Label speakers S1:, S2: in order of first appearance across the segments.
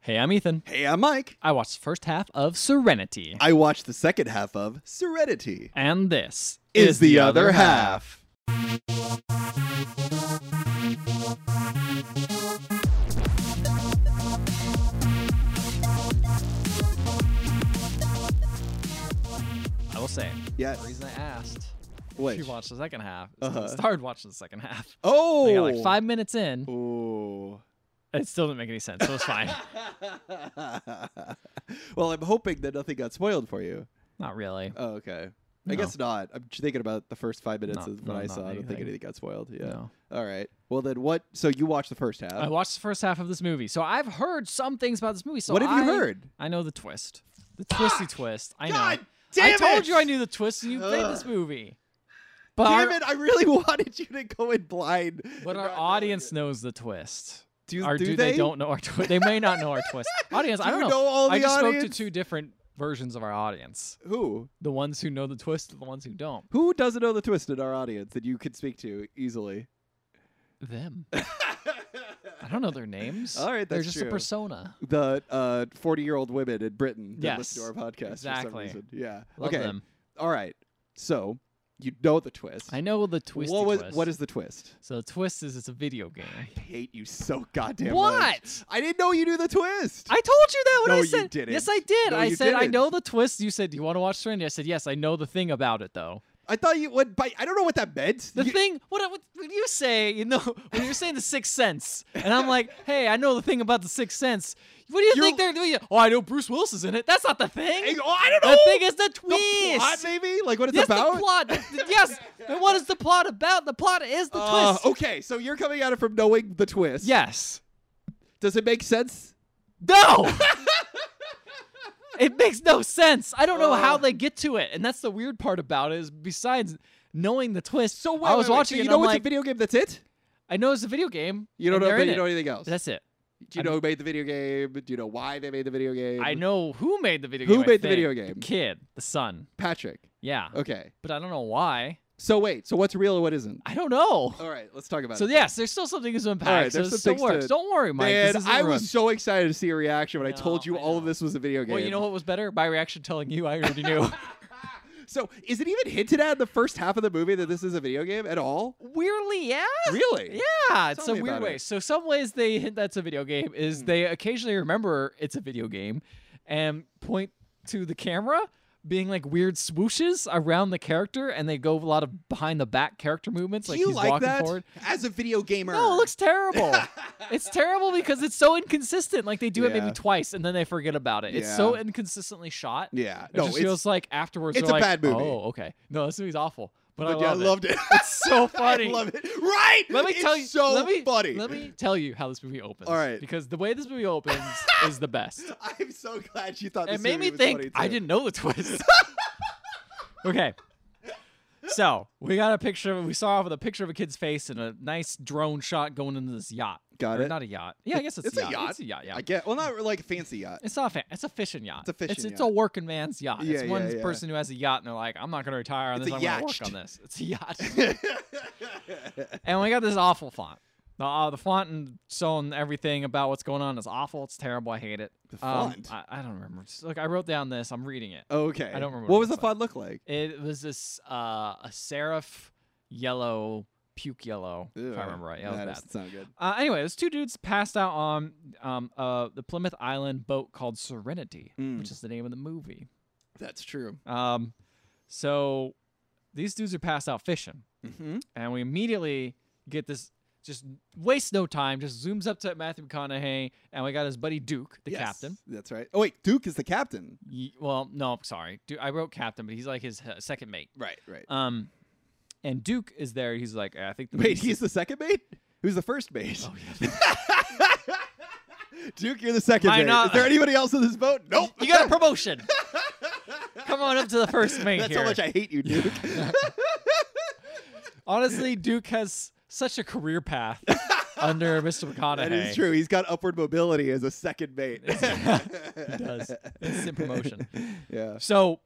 S1: Hey, I'm Ethan.
S2: Hey, I'm Mike.
S1: I watched the first half of Serenity.
S2: I watched the second half of Serenity.
S1: And this
S2: Is, the, other half.
S1: I will say.
S2: Yes.
S1: The reason I asked
S2: Which?
S1: if you watched the second half is 'cause I
S2: Uh-huh.
S1: started watching the second half.
S2: Oh,
S1: I got like five minutes in.
S2: Ooh.
S1: It still didn't make any sense. So it's fine.
S2: well, I'm hoping that nothing got spoiled for you.
S1: Not really.
S2: Oh, okay.
S1: No.
S2: I guess not. I'm just thinking about the first five minutes
S1: Not-
S2: of when
S1: no,
S2: I
S1: not
S2: saw. I don't think
S1: anything.
S2: anything got spoiled. Yeah.
S1: No.
S2: All right. Well, then what? So you watched the first half.
S1: I watched the first half of this movie, so I've heard some things about this movie. So
S2: what have you
S1: I-
S2: heard?
S1: I know the twist, the twisty twist. I know.
S2: God
S1: I
S2: damn
S1: told
S2: it!
S1: you I knew the twist, and you played this
S2: Ugh.
S1: movie. But
S2: Damn
S1: our,
S2: it! I really wanted you to go in blind.
S1: but
S2: and
S1: our
S2: not knowing
S1: audience
S2: it.
S1: knows the twist.
S2: do,
S1: or
S2: do,
S1: do
S2: they?
S1: not know our twist? They may not know our twist. Audience,
S2: Do
S1: I don't
S2: you
S1: know.
S2: know all
S1: I
S2: the
S1: just spoke
S2: audience?
S1: to two different versions of our audience:
S2: Who?
S1: the ones who know the twist, and the ones who don't.
S2: Who doesn't know the twist in our audience that you could speak to easily?
S1: Them. I don't know their names.
S2: All right,
S1: They're
S2: that's
S1: just a
S2: true.
S1: persona.
S2: the uh, 40 year old women in Britain that listen
S1: Yes,
S2: to our podcast for some
S1: exactly.
S2: reason. Yeah.
S1: Love
S2: okay.
S1: them.
S2: All right. So you know the twist.
S1: I know the twisty
S2: what was
S1: twist.
S2: what is the twist?
S1: so the twist is it's a video game.
S2: I hate you so goddamn
S1: what?
S2: much. I didn't know you knew the twist.
S1: I told you that when
S2: No,
S1: I
S2: you
S1: said.
S2: didn't.
S1: Yes, I did.
S2: No,
S1: I
S2: you
S1: said I
S2: didn't.
S1: know the twist. You said, "Do you want to watch Serenity?" I said, "Yes, I know the thing about it, though."
S2: I thought you would. By, I don't know what that meant.
S1: The
S2: You-
S1: thing, what, what when you say, you know, when you're saying the Sixth Sense, and I'm like, "Hey, I know the thing about the Sixth Sense." What do you
S2: You're-
S1: think they're doing? Oh, I know Bruce Willis is in it. That's not the
S2: I,
S1: thing.
S2: oh, I don't know.
S1: The thing is the
S2: The
S1: twist.
S2: plot, maybe like what it's
S1: yes,
S2: about.
S1: the plot. The- the- yes, but what is the plot about? The plot is the
S2: Uh,
S1: twist.
S2: okay, so you're coming at it from knowing the twist.
S1: Yes.
S2: Does it make sense?
S1: No. it makes no sense. I don't know how
S2: Uh.
S1: they get to it, and that's the weird part about it. Is besides knowing the twist, so
S2: Wait,
S1: I was
S2: wait, wait,
S1: watching it.
S2: So you
S1: and
S2: know
S1: I'm
S2: it's
S1: like,
S2: a video game. That's it.
S1: I know it's a video game.
S2: You don't
S1: and
S2: know.
S1: they're
S2: but
S1: in
S2: you
S1: it.
S2: know anything else?
S1: That's it.
S2: Do you
S1: I
S2: know who made the video game? Do you know why they made the video game?
S1: I know who made the video
S2: Who
S1: game. I
S2: made the
S1: think.
S2: video game?
S1: The kid, the son.
S2: Patrick.
S1: Yeah,
S2: Okay.
S1: but I don't know why.
S2: So wait. So what's real and what isn't?
S1: I don't know.
S2: All right. Let's talk about
S1: So
S2: it.
S1: yes, there's still something to unpack.
S2: Alright,
S1: so
S2: there's
S1: it
S2: some
S1: still
S2: things to-
S1: works. Don't worry, Mike.
S2: Man,
S1: this isn't
S2: I
S1: ruined.
S2: was so excited to see your reaction when I
S1: No,
S2: told you
S1: I
S2: all of
S1: know.
S2: this was a video game.
S1: Well, you know what was better? By reaction telling you, I already knew.
S2: So is it even hinted at in the first half of the movie that this is a video game at all?
S1: Weirdly, yeah.
S2: Really?
S1: Yeah, it's
S2: Tell
S1: some
S2: me
S1: weird
S2: about
S1: way.
S2: it. Hmm.
S1: So some ways they hint that's a video game is they occasionally remember it's a video game and point to the camera being like weird swooshes around the character and they go a lot of behind the back character movements
S2: Do
S1: like
S2: you
S1: he's
S2: like
S1: walking
S2: that
S1: forward.
S2: as a video gamer?
S1: No, it looks terrible. it's terrible because it's so inconsistent. Like they do it
S2: Yeah.
S1: maybe twice and then they forget about it. It's so
S2: Yeah.
S1: inconsistently shot.
S2: Yeah.
S1: It
S2: No,
S1: just
S2: it's-
S1: feels like afterwards
S2: it's
S1: they're
S2: a
S1: like,
S2: bad movie.
S1: Oh, okay. No, this movie's awful. But,
S2: But
S1: I
S2: yeah,
S1: love
S2: I loved it.
S1: It's so funny.
S2: I love it. Right.
S1: Let me
S2: It's
S1: tell you.
S2: So
S1: let me,
S2: funny.
S1: Let me tell you how this movie opens.
S2: All right.
S1: Because the way this movie opens is the best.
S2: I'm so glad you thought.
S1: It
S2: this
S1: made
S2: movie
S1: me
S2: was
S1: think
S2: funny,
S1: I
S2: too.
S1: didn't know the twist. okay. So we got a picture. of- We saw off with a picture of a kid's face and a nice drone shot going into this yacht.
S2: Got
S1: Or
S2: it.
S1: Not a yacht. Yeah, I guess it's,
S2: It's a yacht.
S1: It's a yacht. Yeah.
S2: I get. Well, not like a fancy yacht.
S1: It's not a fa- it's a fishing yacht.
S2: It's a
S1: It's,
S2: fishing
S1: it's a
S2: yacht.
S1: working man's yacht. it's
S2: Yeah,
S1: one
S2: yeah, yeah.
S1: person who has a yacht and they're like, I'm not gonna retire on
S2: It's
S1: this.
S2: a
S1: I'm gonna work
S2: yacht.
S1: on this. It's a yacht. and we got this awful font. The, uh, the font and so and everything about what's going on is awful. It's terrible. I hate it.
S2: The
S1: Um,
S2: font?
S1: I, I don't remember. Just- look, I wrote down this. I'm reading it.
S2: Okay.
S1: I don't remember
S2: What
S1: what
S2: was the
S1: it's like.
S2: font look like?
S1: It was this uh, a serif yellow, puke yellow. if
S2: Ew,
S1: I remember right. Yeah, it was
S2: that
S1: bad.
S2: doesn't sound good.
S1: Uh, anyway, those two dudes passed out on um, uh, the Plymouth Island boat called Serenity,
S2: Mm.
S1: which is the name of the movie.
S2: That's true.
S1: Um, so these dudes are passed out fishing,
S2: Mm-hmm.
S1: and we immediately get this. Just waste no time. Just zooms up to Matthew McConaughey, and we got his buddy Duke, the captain.
S2: That's right. Oh wait, Duke is the captain.
S1: Ye- well, no, I'm sorry. Du- I wrote captain, but he's like his uh, second mate.
S2: Right. Right.
S1: Um, and Duke is there. He's like, I think. The
S2: Wait,
S1: BBC
S2: he's the second mate. Who's the first mate?
S1: Oh, yeah.
S2: Duke, you're the second
S1: Why
S2: mate.
S1: not?
S2: Is there anybody else in this boat? Nope.
S1: You got a promotion. Come on up to the first mate
S2: That's
S1: here.
S2: how much I hate you, Duke.
S1: Honestly, Duke has such a career path under Mr. McConaughey.
S2: that is true. He's got upward mobility as a second mate.
S1: he does. Instant promotion.
S2: yeah.
S1: So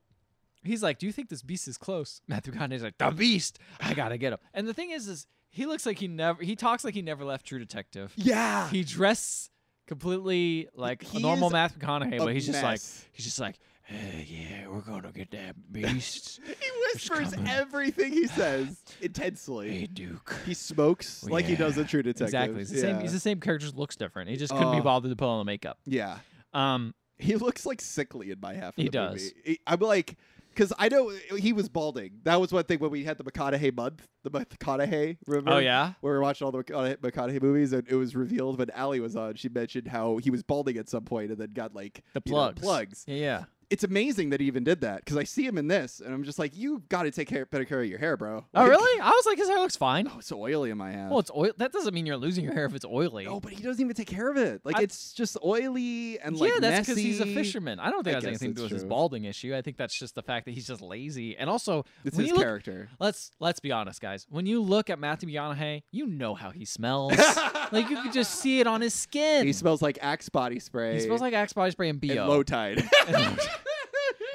S1: he's like, "Do you think this beast is close?" Matthew McConaughey's like, "The beast. I gotta get him." And the thing is, is he looks like he never. He talks like he never left True Detective.
S2: Yeah.
S1: He dressed completely like a
S2: He
S1: normal
S2: is
S1: Math McConaughey,
S2: a
S1: but he's just like
S2: mess.
S1: he's just like, "Eh, yeah, we're gonna get that beast.
S2: He whispers
S1: coming.
S2: everything he says intensely.
S1: hey, Duke.
S2: He smokes
S1: Well,
S2: like he does
S1: yeah.
S2: a true detective.
S1: Exactly. It's the same.
S2: Yeah.
S1: He's the same character. just Looks different. He just couldn't be
S2: Uh.
S1: bothered to put on the makeup.
S2: yeah.
S1: Um,
S2: He looks like sickly in my half. Of
S1: He
S2: the movie.
S1: does.
S2: He- I'm like, because I know he was balding. That was one thing when we had the McConaughey month, the McConaughey. Remember?
S1: oh yeah.
S2: Where we were watching all the McCona- McConaughey movies, and it was revealed when Allie was on. She mentioned how he was balding at some point, and then got like
S1: The
S2: you know,
S1: plugs.
S2: plugs.
S1: Yeah, yeah.
S2: It's amazing that he even did that because I see him in this, and I'm just like, you got to take care, better care of your hair, bro.
S1: Oh
S2: Like,
S1: really? I was like, his hair looks fine.
S2: Oh, it's so oily in my half.
S1: Well, it's oil. That doesn't mean you're losing your hair if it's oily.
S2: no, but he doesn't even take care of it. Like
S1: I-
S2: it's just oily and
S1: yeah,
S2: like
S1: that's because he's a
S2: messy.
S1: fisherman. I don't think
S2: I
S1: that's
S2: guess
S1: anything to do
S2: that's
S1: with his
S2: true.
S1: balding issue. I think that's just the fact that he's just lazy. And also,
S2: It's
S1: when you
S2: his
S1: look-
S2: character.
S1: let's let's be honest, guys. When you look at Matthew McConaughey, you know how he smells. like you could just see it on his skin.
S2: He smells like Axe body spray.
S1: He smells like Axe body spray and bo.
S2: and low tide.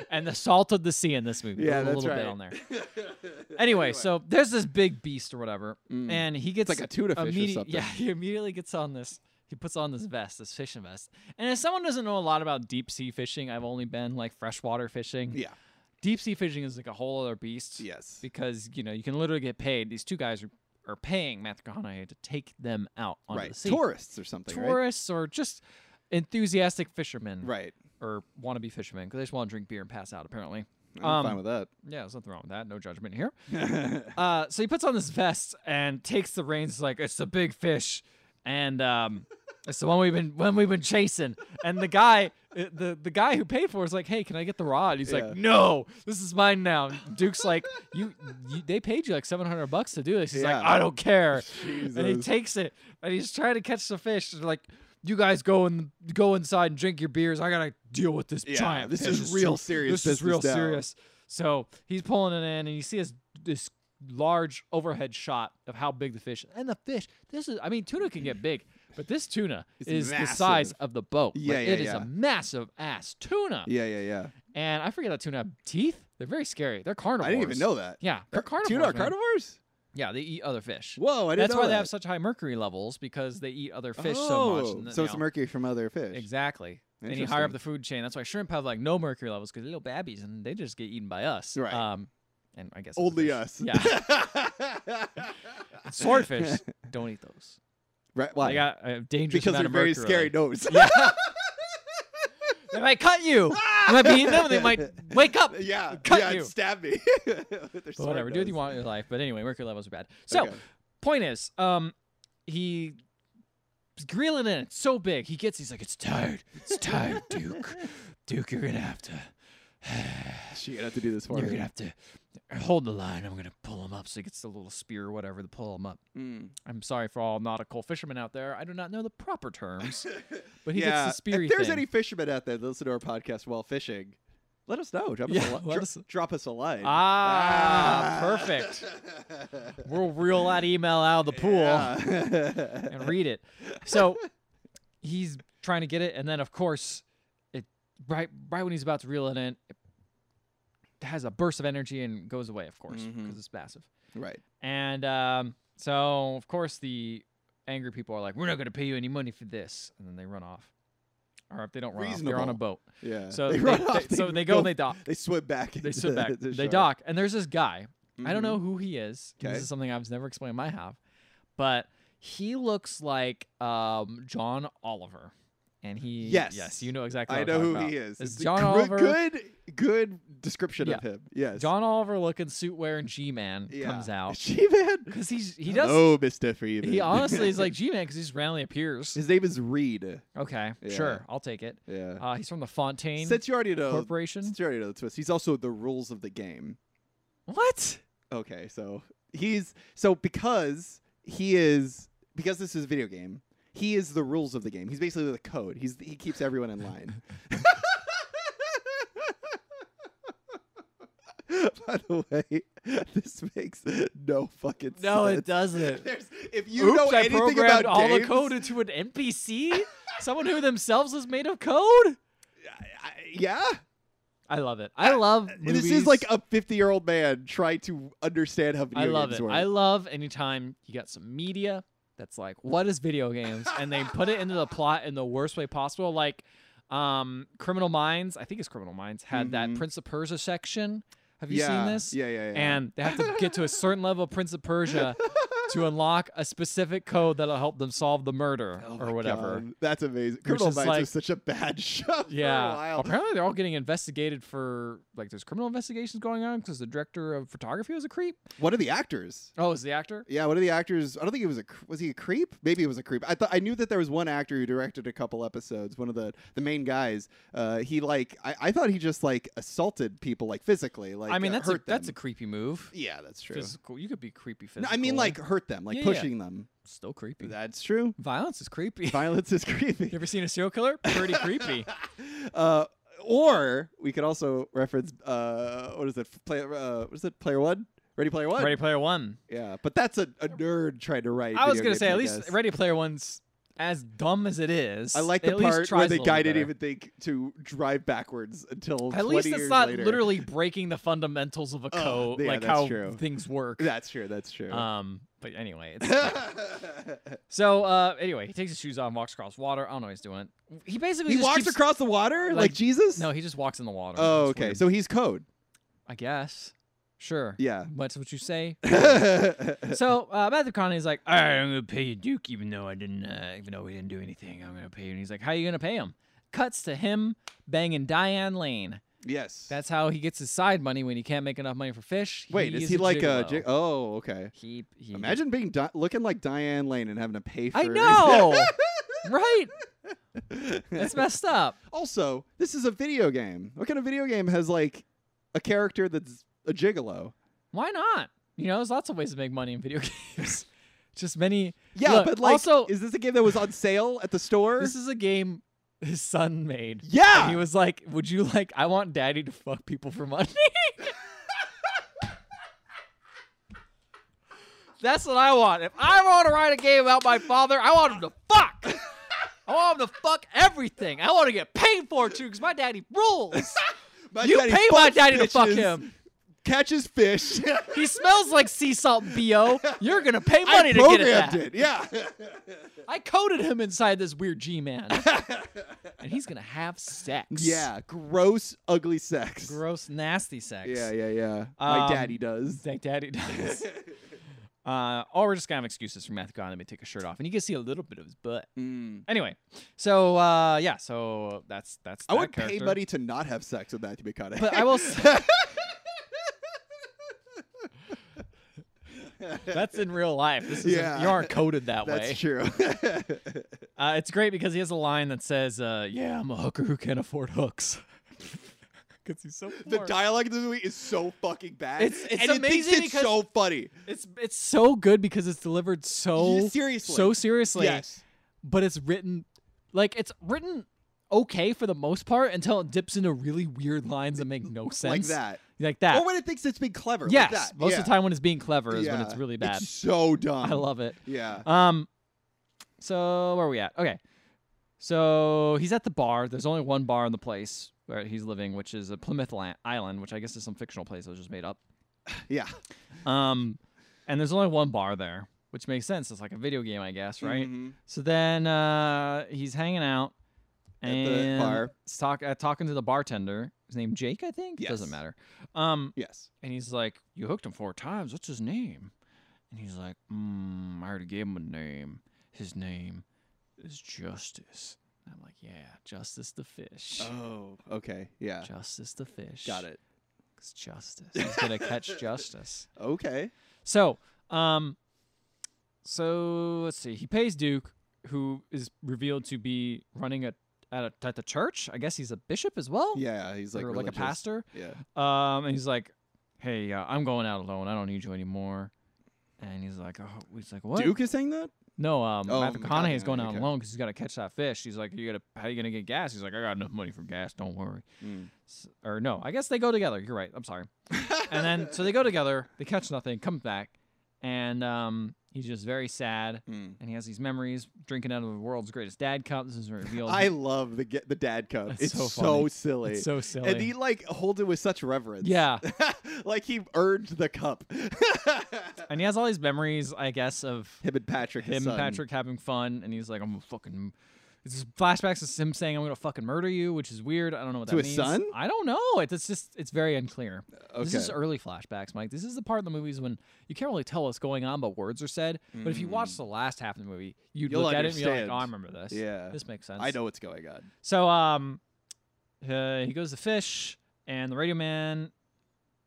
S1: and the salt of the sea in this movie.
S2: Yeah,
S1: a
S2: that's
S1: little bit
S2: right.
S1: on there. Anyway, so there's this big beast or whatever,
S2: Mm.
S1: and he gets
S2: like a tuna fish or
S1: immedi-
S2: something.
S1: Yeah, he immediately gets on this. He puts on this vest, this fishing vest. And as someone who doesn't know a lot about deep sea fishing, I've only been like freshwater fishing.
S2: yeah,
S1: Deep sea fishing is like a whole other beast.
S2: yes,
S1: Because you know you can literally get paid. These two guys are, are paying Matthew McConaughey to take them out onto
S2: right.
S1: the sea.
S2: Tourists or something, right?
S1: Tourists or just enthusiastic fishermen
S2: Right.
S1: or wannabe fishermen because they just want to drink beer and pass out. Apparently,
S2: I'm
S1: Um,
S2: fine with that.
S1: yeah, there's nothing wrong with that. No judgment here. uh, so he puts on this vest and takes the reins. Like it's the big fish, and um, it's the one we've been one we've been chasing. And the guy, uh, the the guy who paid for, it is like, "Hey, can I get the rod?" He's
S2: Yeah.
S1: like, "No, this is mine now." Duke's like, "You, you they paid you like seven hundred bucks to do this." He's like,
S2: Yeah.
S1: "I don't care." And he
S2: Jesus.
S1: takes it and he's trying to catch the fish. They're like. You guys go and go inside and drink your beers. I gotta deal with this
S2: Yeah,
S1: giant.
S2: this
S1: fish.
S2: is
S1: It's
S2: real
S1: so-
S2: serious
S1: This is
S2: business
S1: real
S2: now."
S1: serious. So he's pulling it in, and you see this this large overhead shot of how big the fish and the fish. This is, I mean, tuna can get big, but this tuna
S2: It's
S1: is the size
S2: massive.
S1: of the boat.
S2: Yeah,
S1: like,
S2: yeah,
S1: it is
S2: yeah.
S1: a massive ass tuna,
S2: Yeah, yeah, yeah.
S1: and I forget that tuna have teeth. They're very scary. They're carnivores.
S2: I didn't even know that.
S1: Yeah, they're carnivores.
S2: Tuna are
S1: man.
S2: carnivores?
S1: Yeah, they eat other fish.
S2: Whoa, I didn't
S1: That's
S2: know
S1: why they
S2: that.
S1: have such high mercury levels because they eat other fish so much.
S2: Oh,
S1: and that,
S2: so
S1: you
S2: it's
S1: know,
S2: mercury from other fish.
S1: Exactly. And you higher up
S2: Interesting.
S1: the food chain. That's why shrimp have like no mercury levels because they're little babbies and they just get eaten by us.
S2: Right.
S1: Um, and I guess other
S2: Only
S1: fish.
S2: us.
S1: Yeah. Swordfish don't eat those.
S2: right? Why?
S1: They got a dangerous
S2: because
S1: amount
S2: they're
S1: of
S2: very
S1: mercury.
S2: scary nose.
S1: They might cut you. you might be eating them. They might wake up.
S2: yeah.
S1: Cut
S2: yeah,
S1: you.
S2: Stab me. With their
S1: But
S2: sword
S1: whatever. Do what you
S2: nose.
S1: want in your life. But anyway, mercury levels are bad. So
S2: Okay.
S1: point is, um, he is reeling in. It's so big. He gets. He's like, it's tired. It's tired, Duke. Duke, you're gonna have to.
S2: Shit, you have to do this for
S1: You're
S2: me.
S1: gonna have to hold the line. I'm gonna pull him up. So he gets the little spear or whatever to pull him up.
S2: Mm.
S1: I'm sorry for all nautical fishermen out there. I do not know the proper terms, but he
S2: yeah.
S1: gets the spear.
S2: if there's any fishermen out there that listen to our podcast while fishing, let us know. Drop,
S1: Yeah,
S2: us, a li-
S1: let
S2: dro-
S1: us-
S2: drop us a line.
S1: Ah, perfect. We'll reel that email out of the pool
S2: Yeah.
S1: and read it. So he's trying to get it, and then of course, it right right when he's about to reel it in, it has a burst of energy and goes away. Of course, because
S2: Mhm.
S1: it's massive.
S2: right.
S1: And um, so of course the angry people are like, "We're not going to pay you any money for this," and then they run off. Or if they don't run off, they're on a
S2: Reasonable.
S1: boat.
S2: Yeah.
S1: So
S2: they,
S1: they,
S2: run off,
S1: they- so they go and they dock.
S2: They swim back.
S1: They
S2: into
S1: sit back.
S2: the
S1: They
S2: shore.
S1: dock, and there's this guy. I don't
S2: Mhm.
S1: know who he is.
S2: Okay.
S1: This is something I was never explained in my half, but he looks like um, John Oliver, and he
S2: Yes.
S1: yes, you know exactly.
S2: I
S1: what
S2: know
S1: I'm
S2: who
S1: talking
S2: he
S1: about.
S2: is.
S1: It's
S2: a
S1: John
S2: good,
S1: Oliver.
S2: Good, good description of him. Yes.
S1: John Oliver looking suit wearing G man
S2: yeah.
S1: comes out
S2: She man.
S1: because he's he does
S2: Oh, Mister Freeman.
S1: he honestly is like G man because he just randomly appears.
S2: His name is Reed.
S1: Okay,
S2: Yeah.
S1: sure, I'll take it.
S2: Yeah.
S1: Uh, he's from the Fontaine
S2: since you already know,
S1: Corporation.
S2: since you already know the twist, he's also the rules of the game.
S1: What?
S2: Okay, so he's so because he is because this is a video game. He is the rules of the game. He's basically the code. He's he keeps everyone in line. By the way, this makes no fucking sense.
S1: No, it doesn't.
S2: There's, if you know
S1: I
S2: anything
S1: programmed
S2: about
S1: all
S2: games,
S1: the code into an NPC? Someone who themselves is made of code?
S2: I- I- yeah,
S1: I love it. I love movies.
S2: this is like a fifty-year-old man trying to understand how video
S1: I love
S2: games
S1: it.
S2: work.
S1: I love anytime you got some media that's like, what is video games? And they put it into the plot in the worst way possible. Like, um, Criminal Minds, I think it's Criminal Minds, had that
S2: Mhm.
S1: Prince of Persia section. Have you
S2: yeah.
S1: seen this?
S2: Yeah, yeah, yeah.
S1: And they have to get to a certain level of Prince of Persia to unlock a specific code that'll help them solve the murder
S2: Oh my
S1: or whatever.
S2: God, That's amazing. Criminal
S1: is
S2: Minds
S1: like-
S2: was such a bad show. For a
S1: Yeah.
S2: while.
S1: Apparently, they're all getting investigated for like there's criminal investigations going on because the director of photography was a creep.
S2: What are the actors?
S1: Oh, is the actor?
S2: Yeah, one of the actors. I don't think it was a cr- was he a creep? Maybe it was a creep. I thought I knew that there was one actor who directed a couple episodes. One of the the main guys. Uh, he like I, I thought he just like assaulted people like physically. Like
S1: I mean,
S2: uh,
S1: that's a,
S2: hurt
S1: that's a
S2: them.
S1: creepy move.
S2: yeah, that's true.
S1: Physical, you could be creepy
S2: No,
S1: physical.
S2: I mean like hurt them, like
S1: Yeah, yeah.
S2: pushing them.
S1: still creepy.
S2: That's true.
S1: Violence is creepy. you
S2: Violence is creepy.
S1: ever seen a serial killer? Pretty creepy.
S2: Uh, or we could also reference uh, what is it? Play, uh, what is it? Player One, Ready Player One.
S1: Ready Player One.
S2: Yeah, but that's a, a nerd trying to write.
S1: I was
S2: video
S1: gonna
S2: games,
S1: say
S2: I
S1: at least
S2: guess.
S1: Ready Player One's as dumb as it is.
S2: I like
S1: it
S2: the
S1: at least
S2: part where
S1: tries
S2: the
S1: a little
S2: guy
S1: bit
S2: didn't
S1: better.
S2: even think to drive backwards until
S1: At
S2: 20
S1: least
S2: years
S1: it's not
S2: later. Oh,
S1: literally breaking the fundamentals of a code,
S2: yeah,
S1: like
S2: that's
S1: how
S2: true.
S1: things work.
S2: That's true. That's true.
S1: Um, but anyway, it's So uh, anyway, he takes his shoes off, walks across water. I don't know what he's doing. He basically
S2: he
S1: just
S2: walks
S1: keeps-
S2: across the water like,
S1: like-
S2: Jesus.
S1: No, he just walks in the water.
S2: Oh,
S1: It's
S2: okay.
S1: weird.
S2: So he's code.
S1: I guess, sure.
S2: Yeah.
S1: What's what you say?
S2: yeah.
S1: so uh, Matthew Connie's like, All right, I'm gonna pay you, Duke, even though I didn't, uh, even though we didn't do anything. I'm gonna pay you. And he's like, How are you gonna pay him? Cuts to him banging Diane Lane.
S2: Yes.
S1: That's how he gets his side money when he can't make enough money for fish.
S2: Wait, is he
S1: a
S2: like
S1: gigolo.
S2: a? J- oh, okay.
S1: he, he
S2: Imagine being Di- looking like Diane Lane and having to pay for.
S1: Mm-hmm. I know, right? That's
S2: That's
S1: messed up.
S2: also, this is a video game. What kind of video game has like a character that's a gigolo?
S1: Why not? You know, there's lots of ways to make money in video games. Just many.
S2: Yeah,
S1: Look,
S2: but like,
S1: also-
S2: is this a game that was on sale at the store?
S1: This is a game his son made.
S2: yeah.
S1: And he was like, "Would you like? I want daddy to fuck people for money." That's what I want. If I want to write a game about my father, I want him to fuck. I want him to fuck everything. I want to get paid for it too, because my daddy rules.
S2: My
S1: you
S2: daddy
S1: pay my
S2: fucks
S1: daddy to fuck
S2: fishes,
S1: him.
S2: Catches fish.
S1: He smells like sea salt, bo. You're gonna pay money
S2: I
S1: to get it back.
S2: programmed it. Yeah.
S1: I coded him inside this weird G man, and he's gonna have sex.
S2: yeah. Gross, ugly sex.
S1: gross, nasty sex.
S2: Yeah, yeah, yeah. my
S1: Um,
S2: daddy does.
S1: Like daddy does. uh, or we're just gonna have excuses for Matthew Conaughey to take a shirt off, and you can see a little bit of his butt.
S2: Mm.
S1: Anyway, so uh, yeah, so that's that's.
S2: I
S1: that
S2: would
S1: character.
S2: pay money to not have sex with Matthew McConaughey.
S1: but I will. s- that's in real life. This is
S2: Yeah.
S1: you aren't coded that way.
S2: That's true.
S1: Uh, it's great because he has a line that says, uh, "Yeah, I'm a hooker who can't afford hooks." Because he's so
S2: the
S1: poor.
S2: dialogue in this movie is so fucking bad.
S1: It's- it's
S2: and it
S1: amazing
S2: thinks it's
S1: because-
S2: so funny.
S1: It's it's so good because it's delivered so
S2: Yeah, seriously.
S1: so seriously.
S2: Yes.
S1: But it's written like it's written okay for the most part until it dips into really weird lines that make no sense.
S2: Like that.
S1: Like that.
S2: Or when it thinks it's being clever. like
S1: yes.
S2: that.
S1: Most
S2: yeah.
S1: of the time when it's being clever is when it's
S2: Yeah.
S1: really bad.
S2: It's so dumb.
S1: I love it.
S2: Yeah.
S1: Um so where are we at? Okay. So he's at the bar. There's only one bar in the place where he's living, which is a Plymouth la- Island, which I guess is some fictional place that was just made up.
S2: Yeah.
S1: Um, and there's only one bar there, which makes sense. It's like a video game, I guess, right?
S2: Mhm.
S1: So then uh, he's hanging out
S2: At
S1: and
S2: the bar.
S1: he's talk, uh, talking to the bartender. His name Jake, I think. Doesn't
S2: Yes.
S1: matter. Um,
S2: Yes.
S1: and he's like, "You hooked him four times. What's his name?" And he's like, mm, "I already gave him a name. His name is Justice." And I'm like, "Yeah, Justice the fish.
S2: Oh. Okay. Yeah.
S1: Justice the fish.
S2: Got it.
S1: It's justice. He's gonna catch justice."
S2: Okay.
S1: So, um, so let's see. He pays Duke, who is revealed to be running a at a at the church. I guess he's a bishop as well.
S2: Yeah. He's like
S1: or like a
S2: religious.
S1: pastor.
S2: Yeah.
S1: Um, and he's like, "Hey, uh, I'm going out alone. I don't need you anymore." And he's like, "Oh, he's like what?"
S2: Duke is saying that.
S1: No, um,
S2: Oh,
S1: Matthew
S2: McConaughey,
S1: McConaughey is going out
S2: okay.
S1: alone because he's got to catch that fish. He's like, "You gotta, how you gonna get gas?" He's like, "I got enough money for gas. Don't worry."
S2: Mm-hmm.
S1: S- Or no, I guess they go together. You're right. I'm sorry and then so they go together. They catch nothing. Comes back, and um, He's just very sad,
S2: Mm.
S1: and he has these memories drinking out of the world's greatest dad cup. This is revealed.
S2: I love the get the dad cup.
S1: That's
S2: it's
S1: so
S2: so,
S1: funny.
S2: silly.
S1: It's so
S2: and
S1: silly.
S2: he like holds it with such reverence.
S1: Yeah.
S2: like he earned the cup.
S1: and he has all these memories, I guess, of
S2: Him and Patrick. his
S1: him and
S2: son.
S1: Patrick having fun, and he's like, "I'm gonna fucking." It's just flashbacks of him saying, "I'm gonna fucking murder you," which is weird. I don't know what
S2: To
S1: that
S2: his
S1: means.
S2: son?
S1: I don't know. It's, it's just it's very unclear. This is
S2: Okay.
S1: early flashbacks, Mike. This is the part of the movies when you can't really tell what's going on, but words are said. But if you
S2: Hmm.
S1: watch the last half of the movie, you'd
S2: Mm. You'll
S1: look at it and be like,
S2: understand.
S1: "Oh, I remember this.
S2: Yeah.
S1: this makes sense."
S2: I know what's going on.
S1: So um, uh, he goes to fish, and the radio man,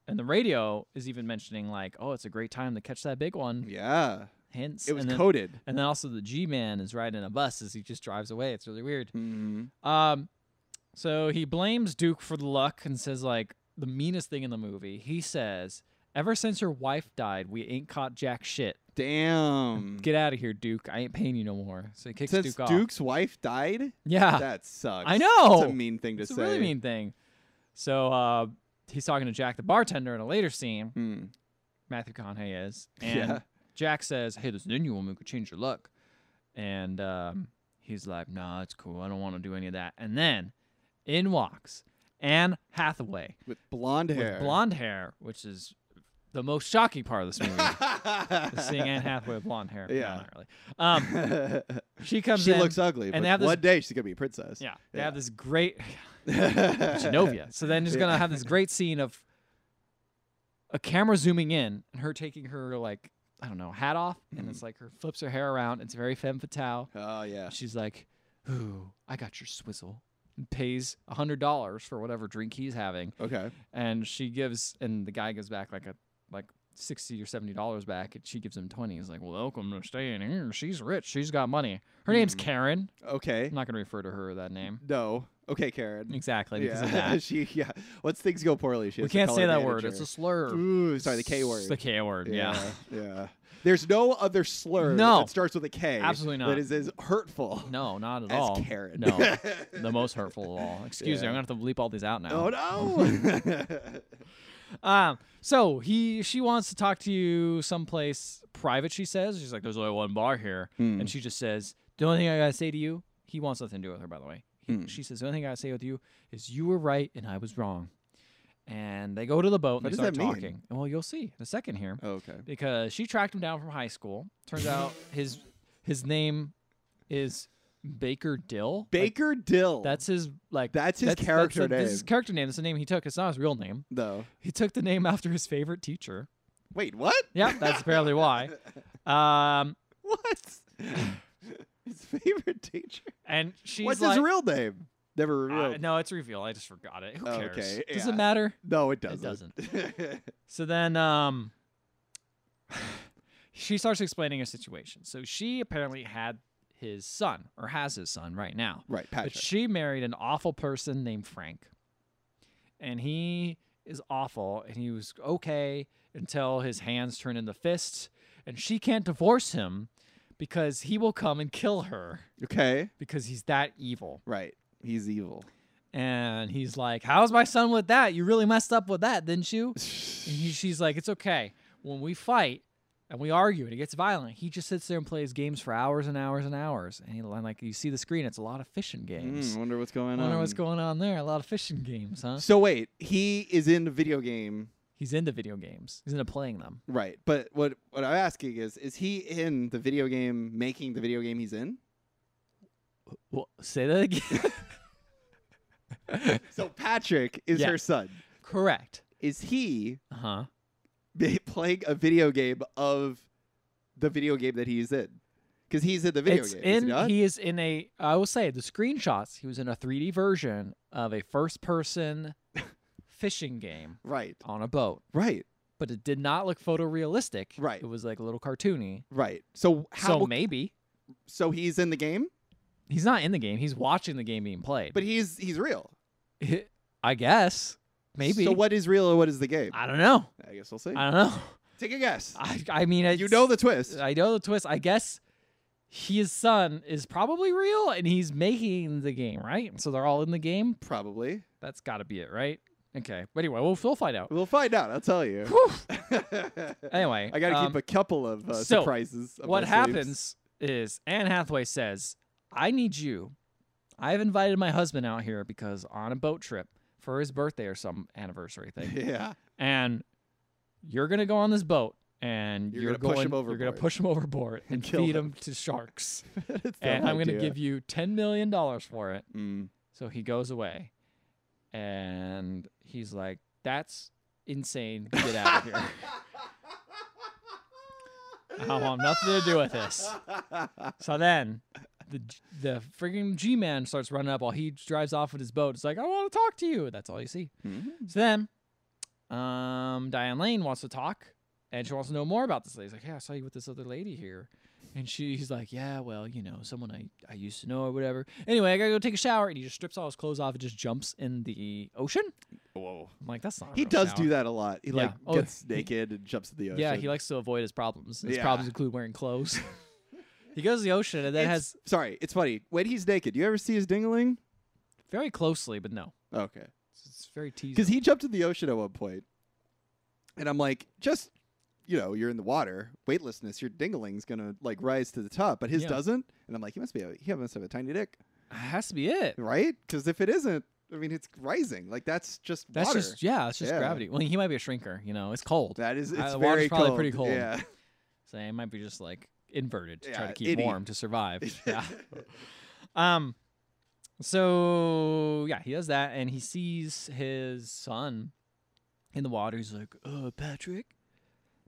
S1: and the radio is even mentioning like, "Oh, it's a great time to catch that big one."
S2: Yeah.
S1: Hints.
S2: It was
S1: Mm-hmm. and then,
S2: coded.
S1: and then also the G man is riding a bus as he just drives away. It's really weird.
S2: Mhm.
S1: Um, so he blames Duke for the luck and says like the meanest thing in the movie. He says, "Ever since your wife died, we ain't caught jack shit.
S2: Damn.
S1: Get out of here, Duke. I ain't paying you no more." So he kicks
S2: Since
S1: Duke off.
S2: Duke's wife died,
S1: yeah,
S2: that sucks.
S1: I know.
S2: That's a mean thing to
S1: it's a
S2: say.
S1: really mean thing. So uh, he's talking to Jack the bartender in a later scene.
S2: Mm.
S1: Matthew Conaughey is. And
S2: Yeah.
S1: Jack says, Hey, there's an new woman who could change your luck. And um, he's like, Nah, it's cool. I don't want to do any of that. And then in walks Anne Hathaway
S2: With blonde hair.
S1: with blonde hair, which is the most shocking part of this movie. is seeing Anne Hathaway with blonde hair. No,
S2: Yeah.
S1: not really. Um, she comes
S2: she
S1: in.
S2: looks ugly,
S1: and they
S2: but
S1: have this-
S2: one day she's gonna be a princess.
S1: yeah. They
S2: Yeah.
S1: have this great
S2: Genovia.
S1: Genovia. So then she's gonna
S2: Yeah.
S1: have this great scene of a camera zooming in and her taking her like I don't know hat off, and
S2: Mm-hmm.
S1: it's like her flips her hair around. It's very femme fatale.
S2: Oh yeah.
S1: She's like, "Ooh, I got your swizzle." And pays a hundred dollars for whatever drink he's having,
S2: Okay.
S1: and she gives, and the guy gives back like a like sixty or seventy dollars back, and she gives him twenty. He's like, "Well, welcome to staying here. She's rich. She's got money. Her
S2: Mm.
S1: name's Karen.
S2: Okay.
S1: I'm not gonna refer to her with that name
S2: No. Okay, Karen.
S1: exactly because of
S2: Yeah.
S1: that.
S2: she. Yeah. Once things go poorly, she.
S1: we
S2: has to
S1: can't
S2: call
S1: say
S2: her
S1: that word. It's
S2: manager.
S1: a slur.
S2: Ooh, sorry, the K
S1: S-
S2: word.
S1: The K word. Yeah.
S2: Yeah. yeah. There's no other slur
S1: No.
S2: that starts with a K.
S1: Absolutely not.
S2: That is as hurtful
S1: No, not at
S2: as
S1: all.
S2: Karen.
S1: No, the most hurtful of all. Excuse me,
S2: Yeah.
S1: I'm gonna have to bleep all these out
S2: oh
S1: now.
S2: no.
S1: Um, so he, she wants to talk to you someplace private. She says she's like, "There's only one bar here,"
S2: Hmm. Mm.
S1: and she just says, "The only thing I gotta say to you." He wants nothing to do with her, by the way. He,
S2: Hmm.
S1: She says, "The only thing I gotta say with you is you were right and I was wrong." And they go to the boat and
S2: What
S1: they start
S2: does that mean?
S1: talking. And well, you'll see in a second here.
S2: okay.
S1: because she tracked him down from high school. Turns out his his name is Baker Dill. Like,
S2: Baker Dill.
S1: that's his like
S2: That's his character
S1: that's, This is his
S2: name.
S1: character name. That's the name he took. It's not his real name.
S2: no.
S1: He took the name after his favorite teacher.
S2: Wait, what?
S1: Yeah, that's apparently why. Um,
S2: What? his favorite teacher.
S1: and she's
S2: What's
S1: like,
S2: his real name? Never
S1: "Uh,
S2: revealed.
S1: no, it's reveal. I just forgot it. Who cares?
S2: Okay,
S1: Does it
S2: yeah.
S1: matter?
S2: no, it
S1: it
S2: doesn't.
S1: So then, um, she starts explaining her situation. So she apparently had his son, or has his son right now.
S2: right,
S1: But
S2: Patrick.
S1: she married an awful person named Frank. And he is awful and he was okay until his hands turn into fists and she can't divorce him because he will come and kill her
S2: okay.
S1: because he's that evil.
S2: Right. He's evil.
S1: And he's like, "How's my son with that? You really messed up with that, didn't you?"
S2: Mm,
S1: And he, she's like, "It's okay. When we fight and we argue and it gets violent, he just sits there and plays games for hours and hours and hours." And he like you see the screen, it's a lot of fishing games.
S2: Mm, wonder what's going
S1: Wonder
S2: on.
S1: what's going on there. A lot of fishing games, huh?
S2: So wait, he is in the video game,
S1: He's into video games. He's into playing them.
S2: right? But what what I'm asking is, is he in the video game making the video game he's in?
S1: Well, say that again.
S2: So Patrick is
S1: Yeah.
S2: her son.
S1: Correct.
S2: Is he
S1: Uh huh.
S2: ma- playing a video game of the video game that he's in? Because he's in the video
S1: It's
S2: game. is
S1: in.
S2: he not?
S1: He is in a. I will say the screenshots. He was in a 3D version of a first-person fishing game
S2: right,
S1: on a boat,
S2: right,
S1: but it did not look photorealistic.
S2: Right.
S1: It was like a little cartoony.
S2: right. So how?
S1: so maybe
S2: so he's in the game,
S1: he's not in the game. He's watching the game being played.
S2: but he's he's real.
S1: I guess maybe.
S2: So what is real and what is the game?
S1: I don't know.
S2: I guess we'll see.
S1: I don't know.
S2: Take a guess.
S1: I. I mean,
S2: you
S1: it's-
S2: know the twist.
S1: I know the twist. I guess his son is probably real and he's making the game, right? So they're all in the game.
S2: Probably.
S1: That's got to be it, right? Okay. But anyway, we'll, we'll find out.
S2: We'll find out. I'll tell you.
S1: Whew.
S2: I
S1: Anyway,
S2: got to
S1: um,
S2: keep a couple of uh,
S1: so,
S2: surprises. up
S1: What
S2: my sleeves.
S1: happens is Anne Hathaway says, I need you. I've invited my husband out here because on a boat trip for his birthday or some anniversary thing.
S2: Yeah.
S1: and you're going to go on this boat and
S2: You're
S1: you're,
S2: gonna push
S1: going
S2: him
S1: you're going to
S2: overboard.
S1: push him overboard and,
S2: kill
S1: feed
S2: him.
S1: him to sharks.
S2: That's the
S1: and I'm going to
S2: idea.
S1: give you 10 million dollars for it.
S2: Mm.
S1: So he goes away. And he's like, that's insane. Get out of here. I want nothing to do with this. So then the the freaking G man starts running up while he drives off with his boat. It's like, I want to talk to you. That's all you see.
S2: Mhm.
S1: So then um, Diane Lane wants to talk and she wants to know more about this lady. He's like, Yeah, I saw you with this other lady here. And she's like, Yeah, well, you know, someone I, I used to know or whatever. Anyway, I gotta go take a shower. And he just strips all his clothes off and just jumps in the ocean.
S2: Whoa.
S1: I'm like, That's not a
S2: He
S1: real
S2: does
S1: shower."
S2: do that a lot. He
S1: Yeah.
S2: like
S1: Oh,
S2: gets
S1: he-
S2: naked and jumps in the ocean.
S1: Yeah, he likes to avoid his problems. His
S2: Yeah.
S1: problems include wearing clothes. he goes to the ocean and then
S2: It's-
S1: has
S2: Sorry, it's funny. When he's naked, do you ever see his dingling?
S1: very closely, but no.
S2: Okay.
S1: It's, it's very teasing.
S2: Because he jumped in the ocean at one point, and I'm like, just you know, you're in the water, weightlessness. Your dingling's gonna like rise to the top, but his
S1: Yeah.
S2: doesn't. And I'm like, he must be a, he must have a tiny dick,
S1: It has to be it.
S2: right? Because if it isn't, I mean, it's rising. Like that's just
S1: That's
S2: water.
S1: just yeah, it's just
S2: Yeah.
S1: gravity. Well, he might be a shrinker. You know, it's cold.
S2: that is it's
S1: Uh, the water's
S2: very
S1: probably
S2: cold.
S1: pretty cold.
S2: Yeah.
S1: So he might be just like inverted to try
S2: Yeah,
S1: to keep
S2: itty.
S1: warm to survive. yeah. Um. So yeah, he does that, and he sees his son in the water. He's like, "Uh, Patrick,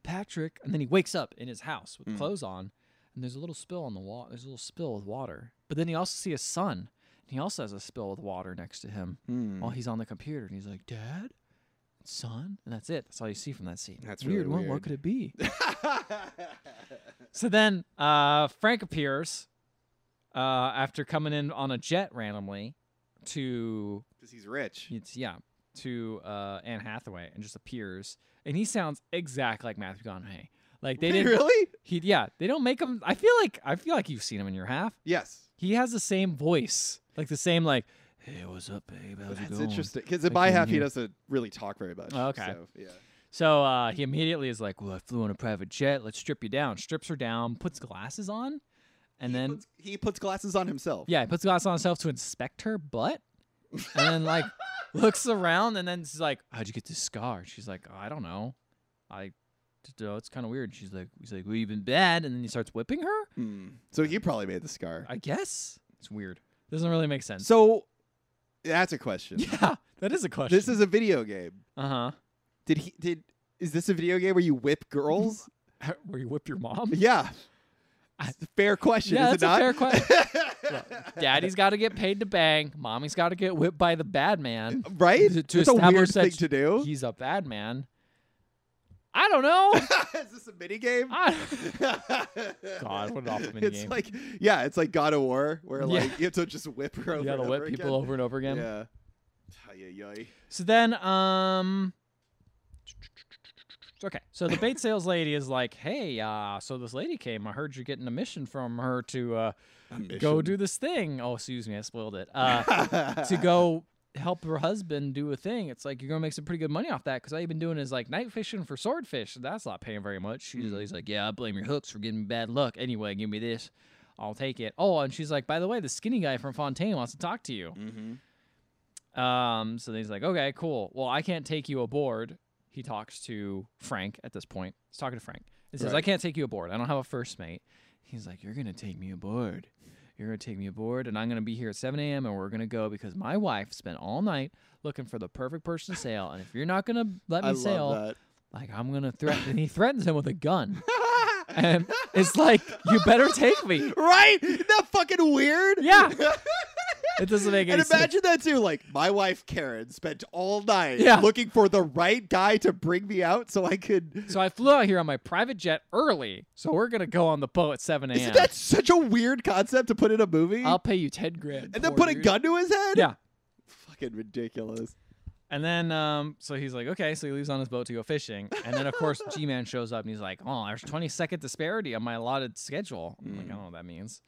S1: Patrick," and then he wakes up in his house with
S2: Mm.
S1: clothes on, and there's a little spill on the wall. There's a little spill with water. But then he also sees his son, and he also has a spill with water next to him
S2: Hmm.
S1: while he's on the computer, and he's like, "Dad." Son, and that's it. That's all you see from that scene.
S2: That's
S1: weird.
S2: really
S1: what, what
S2: weird.
S1: could it be? So then uh, Frank appears uh, after coming in on a jet randomly to
S2: Because he's rich.
S1: it's yeah to uh, Anne Hathaway and just appears and he sounds exact like Matthew McConaughey. Like they didn't
S2: really?
S1: he yeah they don't make him. I feel like I feel like you've seen him in your half.
S2: Yes.
S1: He has the same voice like the same like hey what's up babe how's it
S2: That's
S1: going?
S2: interesting. Because
S1: Like
S2: in my
S1: in
S2: half, he
S1: here.
S2: doesn't really talk very much.
S1: Oh, okay.
S2: So, yeah.
S1: So uh, he immediately is like well I flew on a private jet let's strip you down strips her down puts glasses on and
S2: he
S1: then
S2: puts, he puts glasses on himself.
S1: Yeah, he puts glasses on himself to inspect her butt, and then like looks around, and then she's like, "How'd you get this scar?" She's like, "I don't know. I, just know it's kind of weird." She's like, "He's like, well, you've been bad," and then he starts whipping her.
S2: Hmm. So he probably made the scar.
S1: I guess it's weird. Doesn't really make sense.
S2: So that's a question.
S1: yeah, that is a question.
S2: This is a video game.
S1: uh
S2: Did he did is this a video game where you whip girls?
S1: huh. Where you whip your mom?
S2: yeah.
S1: I-
S2: It's a fair question,
S1: yeah,
S2: is
S1: that's
S2: it
S1: a
S2: not?
S1: fair question.
S2: question.
S1: Daddy's got to get paid to bang. Mommy's got to get whipped by the bad man.
S2: right?
S1: To- to
S2: That's a weird
S1: establish that
S2: thing
S1: sh-
S2: to do.
S1: He's a bad man. I don't know.
S2: is this a mini game?
S1: I-
S2: God,
S1: what an awful
S2: It's
S1: minigame.
S2: like yeah, it's like God of War where
S1: Yeah.
S2: like you have to just whip her over.
S1: yeah, to
S2: and
S1: whip
S2: over
S1: people
S2: again.
S1: over and over again.
S2: Yeah. Ay, ay, ay.
S1: So then, um, okay. So the bait sales lady is like, "Hey, uh, so this lady came. I heard you're getting a mission from her to uh, go do this thing. Oh, excuse me, I spoiled it. Uh, to go help her husband do a thing. It's like you're gonna make some pretty good money off that because all you've been doing is like night fishing for swordfish. and That's not paying very much. She's he's like, yeah, I blame your hooks for giving me bad luck. Anyway, give me this. I'll take it. Oh, and she's like, by the way, the skinny guy from Fontaine wants to talk to you.
S2: Mm-hmm.
S1: Um, so then he's like, okay, cool. Well, I can't take you aboard. He talks to Frank at this point. He's talking to Frank. He says,
S2: Right.
S1: I can't take you aboard. I don't have a first mate. He's like, you're going to take me aboard. You're going to take me aboard, and I'm going to be here at 7 a.m., and we're going to go because my wife spent all night looking for the perfect person to sail. And if you're not going to let me
S2: I
S1: sail,
S2: love
S1: like, I'm going to threaten. and he threatens him with a gun.
S2: that.
S1: And it's like, you better take me.
S2: Right? Isn't that fucking weird?
S1: Yeah. It doesn't make any
S2: and
S1: sense.
S2: imagine that too. Like my wife Karen spent all night
S1: Yeah.
S2: looking for the right guy to bring me out so I could.
S1: So I flew out here on my private jet early. So we're gonna go on the boat at 7 a.m.
S2: Isn't that such a weird concept to put in a movie?
S1: I'll pay you 10 grand.
S2: and then
S1: for
S2: put a
S1: you.
S2: gun to his head?
S1: Yeah.
S2: Fucking ridiculous.
S1: And then, um, so he's like, okay. So he leaves on his boat to go fishing. And then, of course, G Man shows up and he's like, oh, there's 20 second disparity on my allotted schedule. I'm
S2: Hmm.
S1: like, I don't know what that means.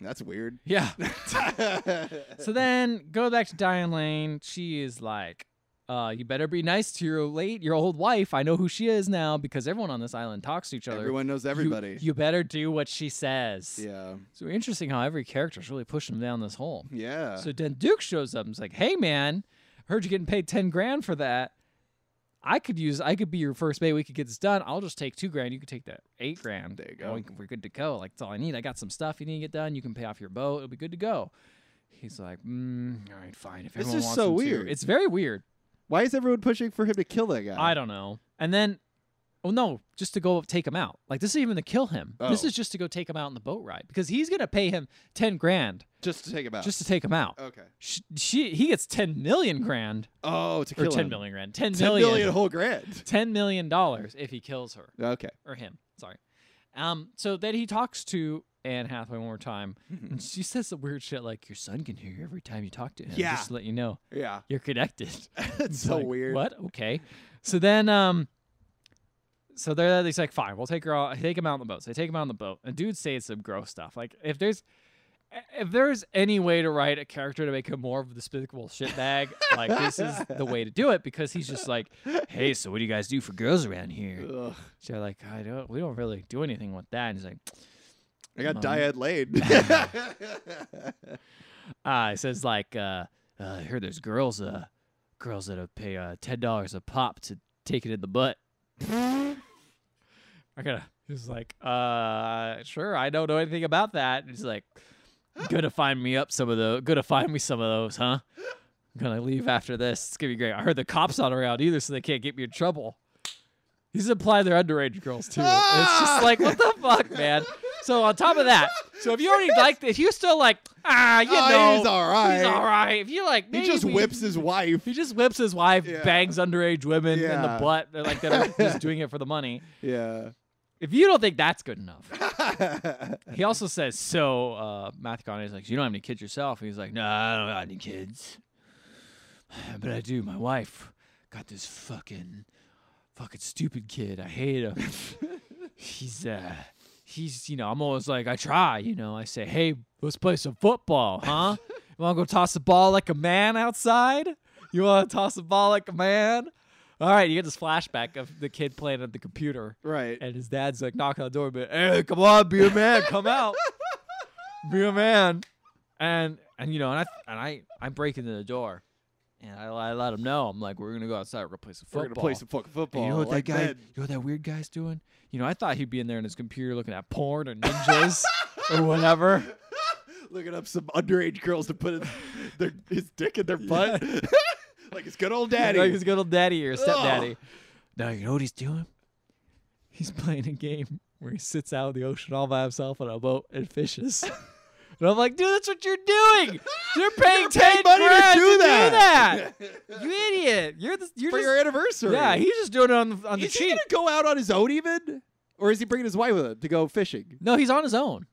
S2: That's weird.
S1: Yeah.
S2: yeah.
S1: so then go back to Diane Lane. She is like, uh, you better be nice to your late your old wife. I know who she is now because everyone on this island talks to each other.
S2: Everyone knows
S1: You-
S2: everybody.
S1: You, better do what she says.
S2: yeah.
S1: So interesting how every character's really pushing him down this hole.
S2: Yeah.
S1: So then Duke shows up and is like, "Hey man, heard you getting paid ten grand for that. I could use. I could be your first mate. We could get this done. I'll just take two grand. You could take that eight grand.
S2: There you
S1: And we
S2: go.
S1: can- we're good to go. Like that's all I need. I got some stuff you need to get done. You can pay off your boat. It'll be good to go." He's like, mm, "All right, fine. If
S2: This
S1: everyone
S2: is
S1: wants
S2: so
S1: him to."
S2: weird.
S1: It's very weird.
S2: Why is everyone pushing for him to kill that guy?
S1: I don't know. And then, oh no, just to go take him out. Like this isn't even to kill him. This
S2: Oh.
S1: is just to go take him out on the boat ride because he's gonna pay him ten grand
S2: Just to take him out.
S1: just to take him out.
S2: okay.
S1: She, she he gets ten million grand
S2: Oh, to
S1: or
S2: kill
S1: ten
S2: him.
S1: million grand, ten
S2: Ten
S1: million,
S2: million whole grand.
S1: ten million dollars if he kills her
S2: Okay.
S1: or him. Sorry. Um. So then he talks to Anne Hathaway one more time,
S2: Mm-hmm.
S1: and she says some weird shit like, "Your son can hear you every time you talk to him.
S2: Yeah.
S1: Just to let you know
S2: Yeah.
S1: you're connected."
S2: That's
S1: It's
S2: so
S1: like,
S2: weird.
S1: What? Okay. So then, um, so they're he's like, fine, we'll take her out. Take him out on the boat. So they take him out on the boat, and dude says some gross stuff. Like, if there's if there's any way to write a character to make him more of the despicable shitbag, like this is the way to do it because he's just like, hey, so what do you guys do for girls around here?
S2: Ugh.
S1: So they're like, I don't, we don't really do anything with that. And he's like,
S2: I got
S1: Mom.
S2: dyad laid.
S1: ah, he says like, uh, uh, I heard there's girls, uh, girls that'll pay uh, ten dollars a pop to take it in the butt. I gotta. He's like, uh, sure. I don't know anything about that. And he's like, gonna find me up some of the. Gonna find me some of those, huh? I'm gonna leave after this. It's gonna be great. I heard the cops aren't around either, so they can't get me in trouble. He's implied they're underage girls too. It's just like, what the fuck, man. So on top of that, so if you already like, if you still like, ah, you
S2: Oh,
S1: know,
S2: he's all right.
S1: He's all right. If you like,
S2: he just
S1: maybe-
S2: whips his wife.
S1: He just whips his wife,
S2: Yeah.
S1: bangs underage women in the
S2: Yeah.
S1: butt, They're like that are just doing it for the money.
S2: Yeah.
S1: If you don't think that's good enough,
S2: yeah.
S1: he also says, so uh, Matthew Connie's like, you don't have any kids yourself. And he's like, no, I don't have any kids. But I do. My wife got this fucking, fucking stupid kid. I hate him. he's, uh, he's, you know, I'm always like, I try, you know, I say, hey, let's play some football, huh? You want to go toss the ball like a man outside? You want to toss the ball like a man? All right, you get this flashback of the kid playing at the computer.
S2: Right.
S1: And his dad's like knocking on the door, but hey, come on, be a man, come out, be a man. And and you know, and I and I I'm breaking the door, and I, I let him know I'm like, we're gonna go outside, we're gonna play some football.
S2: We're gonna play some fucking
S1: And
S2: football.
S1: you know what
S2: like
S1: that guy,
S2: that.
S1: you know what that weird guy's doing? You know, I thought he'd be in there on his computer looking at porn or ninjas or whatever.
S2: Looking up some underage girls to put his, their, his dick in their butt. like his good old daddy.
S1: Like his good old daddy or stepdaddy.
S2: Ugh.
S1: Now you know what he's doing? He's playing a game where he sits out in the ocean all by himself on a boat and fishes. and I'm like, dude, that's what you're doing. You're paying ten
S2: paying money to
S1: grand
S2: do that."
S1: do that. you idiot. You're the, you're
S2: for
S1: just,
S2: your anniversary.
S1: yeah. He's just doing it on the on
S2: is
S1: the
S2: he
S1: cheap.
S2: gonna go out on his own even, or is he bringing his wife with him to go fishing?
S1: No, he's on his own.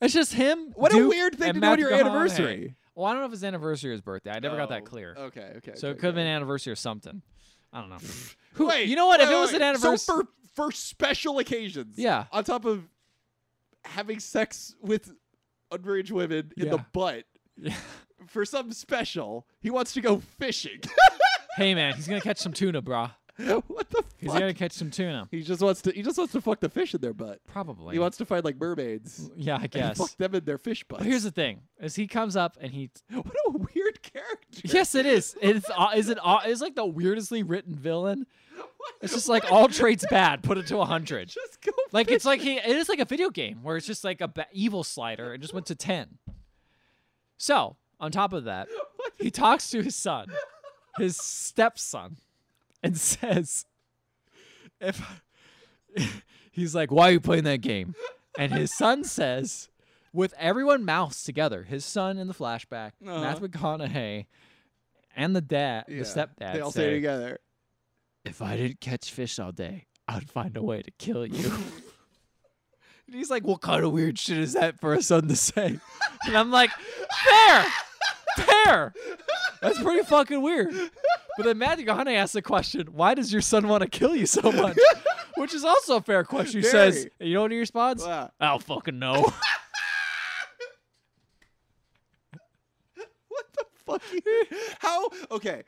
S1: It's just him.
S2: What a
S1: Duke,
S2: weird thing
S1: and
S2: to do on
S1: Matthew
S2: your
S1: Mahoney.
S2: anniversary.
S1: Well, I don't know if his anniversary or his birthday. I never got that
S2: Oh,
S1: clear.
S2: Okay, okay.
S1: so
S2: okay,
S1: it could have
S2: okay.
S1: been an anniversary or something. I don't know. Who,
S2: Wait,
S1: you know what? if
S2: wait,
S1: it was
S2: wait,
S1: an
S2: wait.
S1: anniversary,
S2: so for for special occasions,
S1: Yeah.
S2: On top of having sex with underage women in the
S1: Yeah.
S2: butt for something special, he wants to go fishing.
S1: hey man, he's gonna catch some tuna, brah.
S2: what the
S1: He's
S2: fuck?
S1: gonna catch some tuna.
S2: He just wants to. He just wants to fuck the fish in their butt.
S1: Probably.
S2: He wants to find like mermaids.
S1: yeah, I
S2: and
S1: guess.
S2: Fuck them in their fish butts.
S1: But here's the thing: is he comes up and he.
S2: what a weird character.
S1: Yes, it is. It's aw- is it aw- is like the weirdestly written villain. It's just like all traits bad. Put it to hundred.
S2: Just go.
S1: Like it's like he it is like a video game where it's just like a ba- evil slider. It just went to ten. So on top of that, he talks to his son, his stepson, and says, "If he's like, why are you playing that game?" And his son says, with everyone mouths together, his son in the flashback,
S2: Uh-huh.
S1: Matthew McConaughey, and the dad,
S2: Yeah.
S1: the stepdad,
S2: They all
S1: say,
S2: say together.
S1: if I didn't catch fish all day, I'd find a way to kill you. and he's like, What kind of weird shit is that for a son to say? And I'm like, Fair! Fair! That's pretty fucking weird. But then Matthew Gahaney asks the question, Why does your son want to kill you so much? Which is also a fair question. He
S2: Very.
S1: says, and You know what he responds?
S2: Wow.
S1: I don't fucking know.
S2: What the fuck? How? Okay.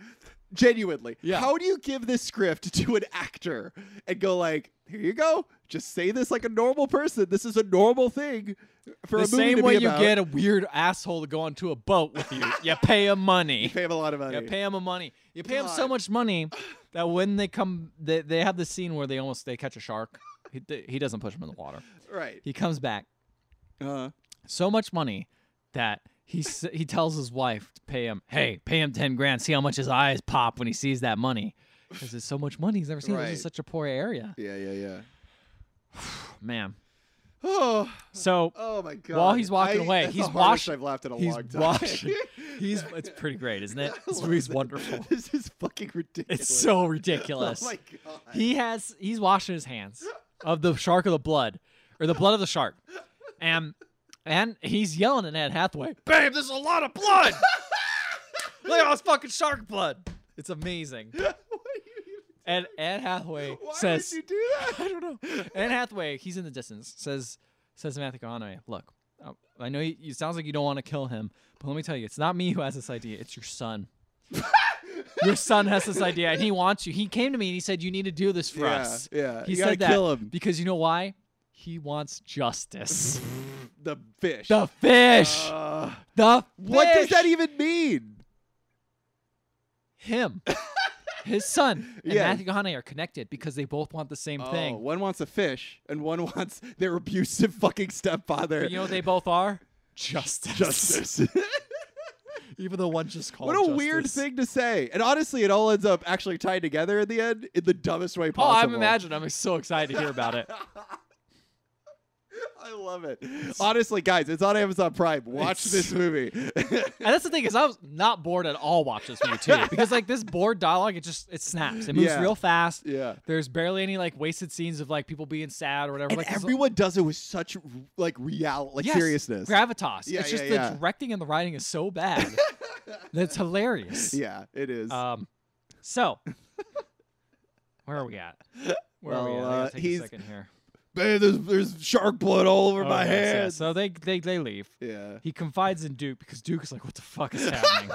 S2: Genuinely.
S1: Yeah.
S2: How do you give this script to an actor and go like, here you go. Just say this like a normal person. This is a normal thing
S1: the
S2: for a movie
S1: same
S2: to
S1: way
S2: be
S1: you
S2: about.
S1: get a weird asshole to go onto a boat with you. you pay him money.
S2: Pay him a lot of money.
S1: You pay him a money. You pay him so
S2: God.
S1: much money that when they come, they, they have the scene where they almost they catch a shark. He, he doesn't push him in the water.
S2: right.
S1: He comes back.
S2: Uh,
S1: Uh-huh. so much money that he s- he tells his wife to pay him, hey, pay him ten grand. See how much his eyes pop when he sees that money, because it's so much money he's never seen. This
S2: Right.
S1: is such a poor area,
S2: yeah, yeah, yeah.
S1: man.
S2: Oh,
S1: So
S2: oh my god.
S1: While he's walking
S2: I-
S1: away,
S2: that's
S1: he's
S2: the hardest
S1: washing-
S2: I've laughed in a
S1: he's
S2: long time.
S1: washing. he's it's pretty great, isn't it? This movie's wonderful.
S2: This is fucking ridiculous.
S1: It's so
S2: Oh
S1: ridiculous.
S2: my god.
S1: he has he's washing his hands of the shark of the blood or the blood of the shark, and and he's yelling at Anne Hathaway, babe, there's a lot of blood. Look at all this fucking shark blood. It's amazing.
S2: What are you-
S1: And Anne Hathaway
S2: Why
S1: says,
S2: would you do that?
S1: I don't know. Anne Hathaway, he's in the distance, says, says to Matthew McConaughey, look, uh, I know you, it sounds like you don't want to kill him, but let me tell you, it's not me who has this idea. It's your son. your son has this idea, and he wants you. He came to me and he said, you need to do this for
S2: yeah,
S1: us.
S2: yeah.
S1: He
S2: Uh, you
S1: said
S2: gotta
S1: that
S2: kill him.
S1: because you know why? He wants justice.
S2: The fish.
S1: the fish.
S2: Uh,
S1: the
S2: what does
S1: fish!
S2: that e- even mean?
S1: Him. His son and
S2: Yeah.
S1: Matthew McConaughey are connected because they both want the same thing.
S2: Oh, one wants a fish, and one wants their abusive fucking stepfather.
S1: But you know what they both are? Justice.
S2: justice.
S1: Even though one just called
S2: what a weird
S1: justice.
S2: thing to say. And honestly, it all ends up actually tied together in the end in the dumbest way
S1: Oh, I'm
S2: possible.
S1: imagining. I'm so excited to hear about it.
S2: I love it. Honestly, guys, it's on Amazon Prime. Watch
S1: It's-
S2: this movie.
S1: And that's the thing is I was not bored at all watch this movie too. Because like this bored dialogue, it just it snaps. It moves
S2: Yeah.
S1: real fast.
S2: yeah.
S1: There's barely any like wasted scenes of like people being sad or whatever.
S2: And
S1: like it's-
S2: everyone does it with such like real like
S1: Yes,
S2: seriousness.
S1: Gravitas.
S2: Yeah,
S1: it's just
S2: yeah,
S1: the
S2: yeah.
S1: directing and the writing is so bad. that's hilarious.
S2: yeah, it is.
S1: Um so where are we at? Where are we at?
S2: Well,
S1: I gotta
S2: uh,
S1: take a
S2: he's-
S1: second here.
S2: Babe, there's there's shark blood all over
S1: Oh,
S2: my
S1: yes, yeah.
S2: hands.
S1: So they, they they leave.
S2: Yeah.
S1: He confides in Duke because Duke is like, "What the fuck is happening?"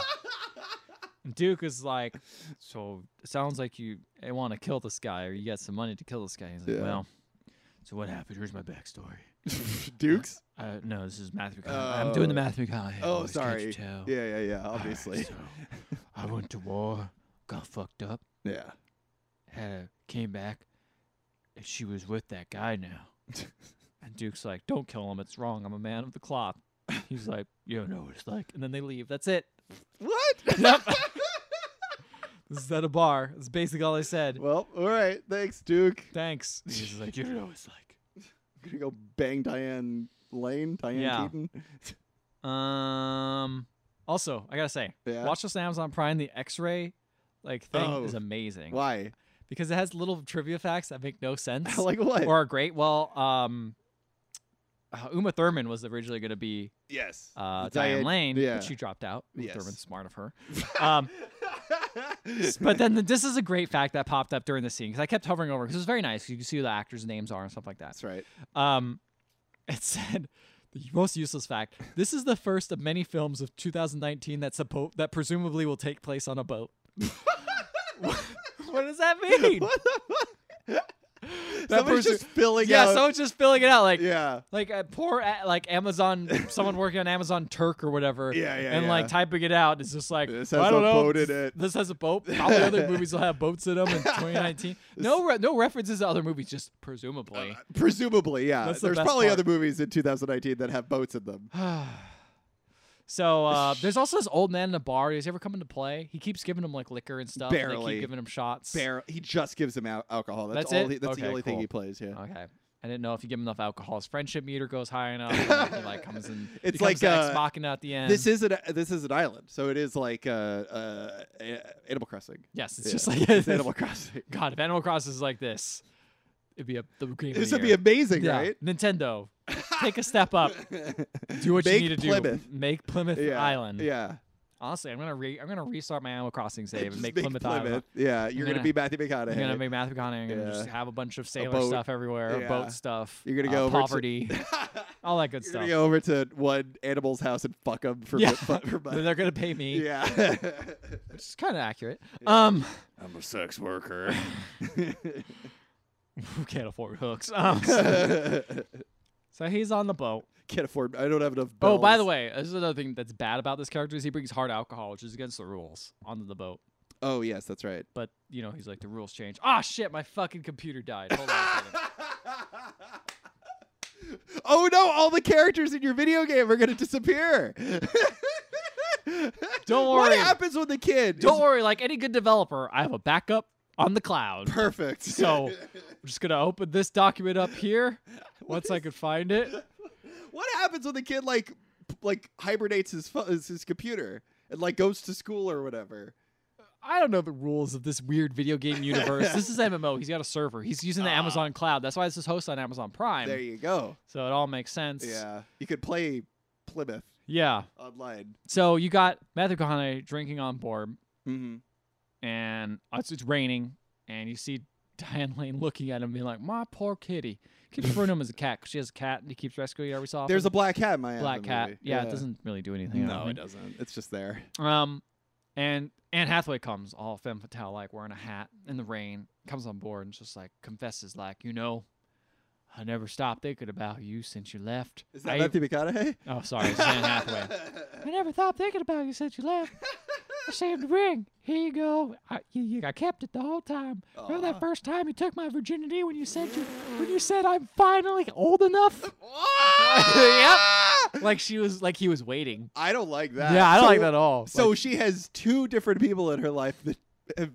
S1: and Duke is like, "So it sounds like you want to kill this guy, or you got some money to kill this guy." He's like,
S2: Yeah.
S1: "Well, so what happened? Here's my backstory."
S2: Dukes?
S1: Uh, no, this is Matthew McConaughey. I'm doing the
S2: Oh.
S1: Matthew McConaughey.
S2: Oh,
S1: voice, can't you
S2: sorry.
S1: tell?
S2: Yeah, yeah, yeah,
S1: All right,
S2: obviously.
S1: so I went to war, got fucked up,
S2: Yeah.
S1: had a, came back, and she was with that guy now. and Duke's like, "Don't kill him. It's wrong. I'm a man of the cloth." He's like, "You don't know what it's like." And then they leave. That's it.
S2: What?
S1: Yep. this is at a bar. That's basically all I said.
S2: well, all right. Thanks, Duke.
S1: Thanks. He's like, you don't know what it's
S2: I'm gonna go bang Diane Lane, Diane
S1: Yeah.
S2: Keaton.
S1: like. Um. Also, I gotta say,
S2: Yeah.
S1: watch this on Amazon Prime. The X-ray, like thing,
S2: Oh.
S1: is amazing
S2: Why?
S1: because it has little trivia facts that make no sense
S2: like what?
S1: or are great. Well, um, uh, Uma Thurman was originally gonna be
S2: yes.
S1: uh,
S2: The
S1: Diane
S2: Diane-
S1: Lane,
S2: yeah.
S1: but she dropped out. Uma
S2: Yes.
S1: Thurman's smart of her. Um, but then the, this is a great fact that popped up during the scene because I kept hovering over because it was very nice. You can see who the actors' names are and stuff like that.
S2: that's right.
S1: Um, it said the most useless fact. This is the first of many films of 2019 that suppo- that presumably will take place on a boat. what, what does that mean? That
S2: Somebody's
S1: person-
S2: just filling
S1: yeah,
S2: out.
S1: someone's just filling it out like.
S2: yeah.
S1: Like a poor, a- like Amazon, someone working on Amazon Turk or whatever,
S2: Yeah, yeah,
S1: and
S2: yeah.
S1: like typing it out. It's just like
S2: This
S1: "Well,
S2: has
S1: I don't
S2: a
S1: know,
S2: boat in
S1: this-
S2: it."
S1: This has a boat. Probably other movies will have boats in them in 2019. No, re- no references to other movies, just presumably.
S2: Uh, Presumably, yeah.
S1: That's the
S2: There's
S1: best
S2: probably
S1: part.
S2: other movies in 2019 that have boats in them.
S1: So uh, there's also this old man in a bar. Does he ever come into play? He keeps giving him like liquor and stuff. and they
S2: Barely.
S1: keep giving him shots.
S2: Bear, he just gives him al- alcohol. That's,
S1: That's
S2: all.
S1: it?
S2: He, that's the
S1: Okay,
S2: only thing
S1: cool.
S2: he plays. Yeah.
S1: Okay. I didn't know if you give him enough alcohol, his friendship meter goes high enough. and then he, like comes in.
S2: It's
S1: becomes
S2: like,
S1: the ex
S2: uh,
S1: machina at the end.
S2: This is an uh, this is an island, so it is like uh, uh, Animal Crossing.
S1: yes, it's
S2: Yeah,
S1: just like
S2: it's Animal Crossing.
S1: God, if Animal Crossing is like this, it'd be a the game. of
S2: This
S1: the
S2: would be
S1: year.
S2: amazing,
S1: yeah.
S2: right?
S1: Nintendo, take a step up. Do what
S2: Make
S1: you need to
S2: Plymouth.
S1: do. Make Plymouth
S2: Yeah.
S1: Island.
S2: Yeah.
S1: honestly, I'm gonna re- I'm gonna restart my Animal Crossing save and
S2: Just
S1: make Plymouth, Island.
S2: Yeah, you're gonna,
S1: gonna-
S2: be Matthew McConaughey.
S1: I'm gonna make Matthew McConaughey and
S2: Yeah.
S1: just have a bunch of sailor
S2: boat.
S1: stuff everywhere,
S2: Yeah.
S1: boat stuff.
S2: You're gonna
S1: uh,
S2: go over to-
S1: poverty, all that good
S2: you're
S1: stuff.
S2: gonna go over to one animal's house and fuck him for
S1: Yeah.
S2: for, for money.
S1: They're gonna pay me,
S2: Yeah,
S1: which is kind of accurate.
S2: Yeah.
S1: Um,
S2: I'm a sex worker.
S1: who can't afford hooks? Um,
S2: Can't
S1: so he's on the boat.
S2: afford. I don't have enough.
S1: Oh, by the
S2: bells.
S1: way, this is another thing that's bad about this character is he brings hard alcohol, which is against the rules, onto the boat.
S2: Oh yes, that's right.
S1: But you know, he's like the rules change. Ah, shit, my fucking computer died. Hold on. A second.
S2: oh no! All the characters in your video game are gonna disappear.
S1: Don't
S2: What
S1: worry.
S2: happens when the kid?
S1: Don't
S2: is
S1: worry, like any good developer, I have a backup on the cloud.
S2: Perfect.
S1: So I'm just gonna open this document up here once I could find it.
S2: what happens when the kid like p- like hibernates his fu- his, his computer and like goes to school or whatever?
S1: I don't know the rules of this weird video game universe. this is MMO. He's got a server. He's using the
S2: Ah.
S1: Amazon cloud. That's why this is hosted on Amazon Prime.
S2: There you go.
S1: so it all makes sense.
S2: Yeah, you could play Plymouth
S1: Yeah.
S2: online.
S1: So you got Matthew McConaughey drinking on board,
S2: Mm-hmm.
S1: and it's, it's raining, and you see Diane Lane looking at him, being like, "My poor kitty." Keeps referring to him as a cat 'cause she has a cat, and he keeps rescuing her every so often.
S2: There's a black cat in my
S1: black cat. Yeah, it doesn't really do anything. I don't
S2: No,
S1: think.
S2: it doesn't. It's just there.
S1: Um, and Anne Hathaway comes all femme fatale, like wearing a hat in the rain, comes on board and just like confesses, like, you know, I never stopped thinking about you since you left.
S2: Is that
S1: I
S2: Matthew McConaughey?
S1: ev- oh, sorry, it's Anne Hathaway. I never stopped thinking about you since you left. I saved the ring. Here you go. I, you, you, I kept it the whole time. Remember
S2: Aw.
S1: that first time you took my virginity when you said you when you said I'm finally old enough?
S2: yep.
S1: Like she was like he was waiting.
S2: I don't like that.
S1: Yeah, I don't
S2: So-
S1: like that at all.
S2: So
S1: Like,
S2: she has two different people in her life that have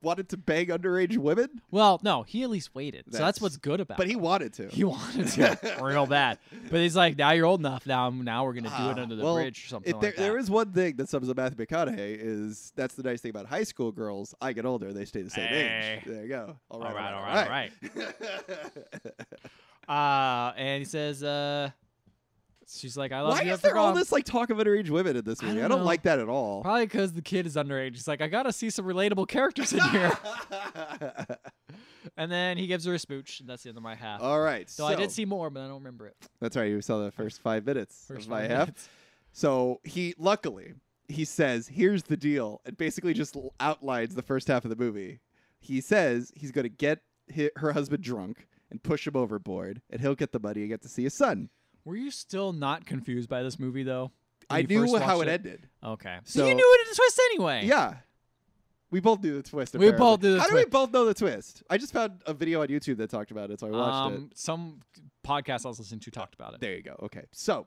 S2: wanted to bang underage women,
S1: well, no, he at least waited. so that's
S2: That's-
S1: what's good about.
S2: but
S1: it.
S2: he wanted to.
S1: He wanted to real bad, but he's like, now you're old enough. Now, I'm- now we're gonna do it
S2: Ah,
S1: under the
S2: well,
S1: bridge or something
S2: If there,
S1: like that.
S2: there is one thing that sums up Matthew McConaughey is that's the nice thing about high school girls. I get older, they stay the same
S1: Hey.
S2: age. There you go. All right,
S1: all right, all
S2: all right.
S1: right,
S2: All right.
S1: all right. Uh, and he says, uh, she's like, I love
S2: Why
S1: you.
S2: is
S1: I
S2: there all
S1: forgot."
S2: this like talk of underage women in this
S1: I
S2: movie? I don't,
S1: don't know.
S2: like that at all.
S1: Probably because the kid is underage. He's like, I gotta see some relatable characters in here. and then he gives her a smooch, and that's the end of my half.
S2: all right.
S1: so, I did see more, but I don't remember it.
S2: That's right. You saw the first five minutes
S1: First
S2: of my
S1: five
S2: half.
S1: minutes.
S2: So he luckily he says, "Here's the deal," and basically just l- outlines the first half of the movie. He says he's going to get hi her husband drunk and push him overboard, and he'll get the money and get to see his son.
S1: Were you still not confused by this movie though? when
S2: I
S1: you
S2: knew
S1: first
S2: how
S1: watched
S2: it ended.
S1: Okay, so, you
S2: So-
S1: knew it in a twist anyway.
S2: Yeah. We both knew the twist.
S1: We
S2: apparently.
S1: both knew the
S2: How do
S1: twi-
S2: we both know the twist? I just found a video on YouTube that talked about it, so I watched it.
S1: Um, some podcast I was listening to talked about it.
S2: There you go. Okay. So,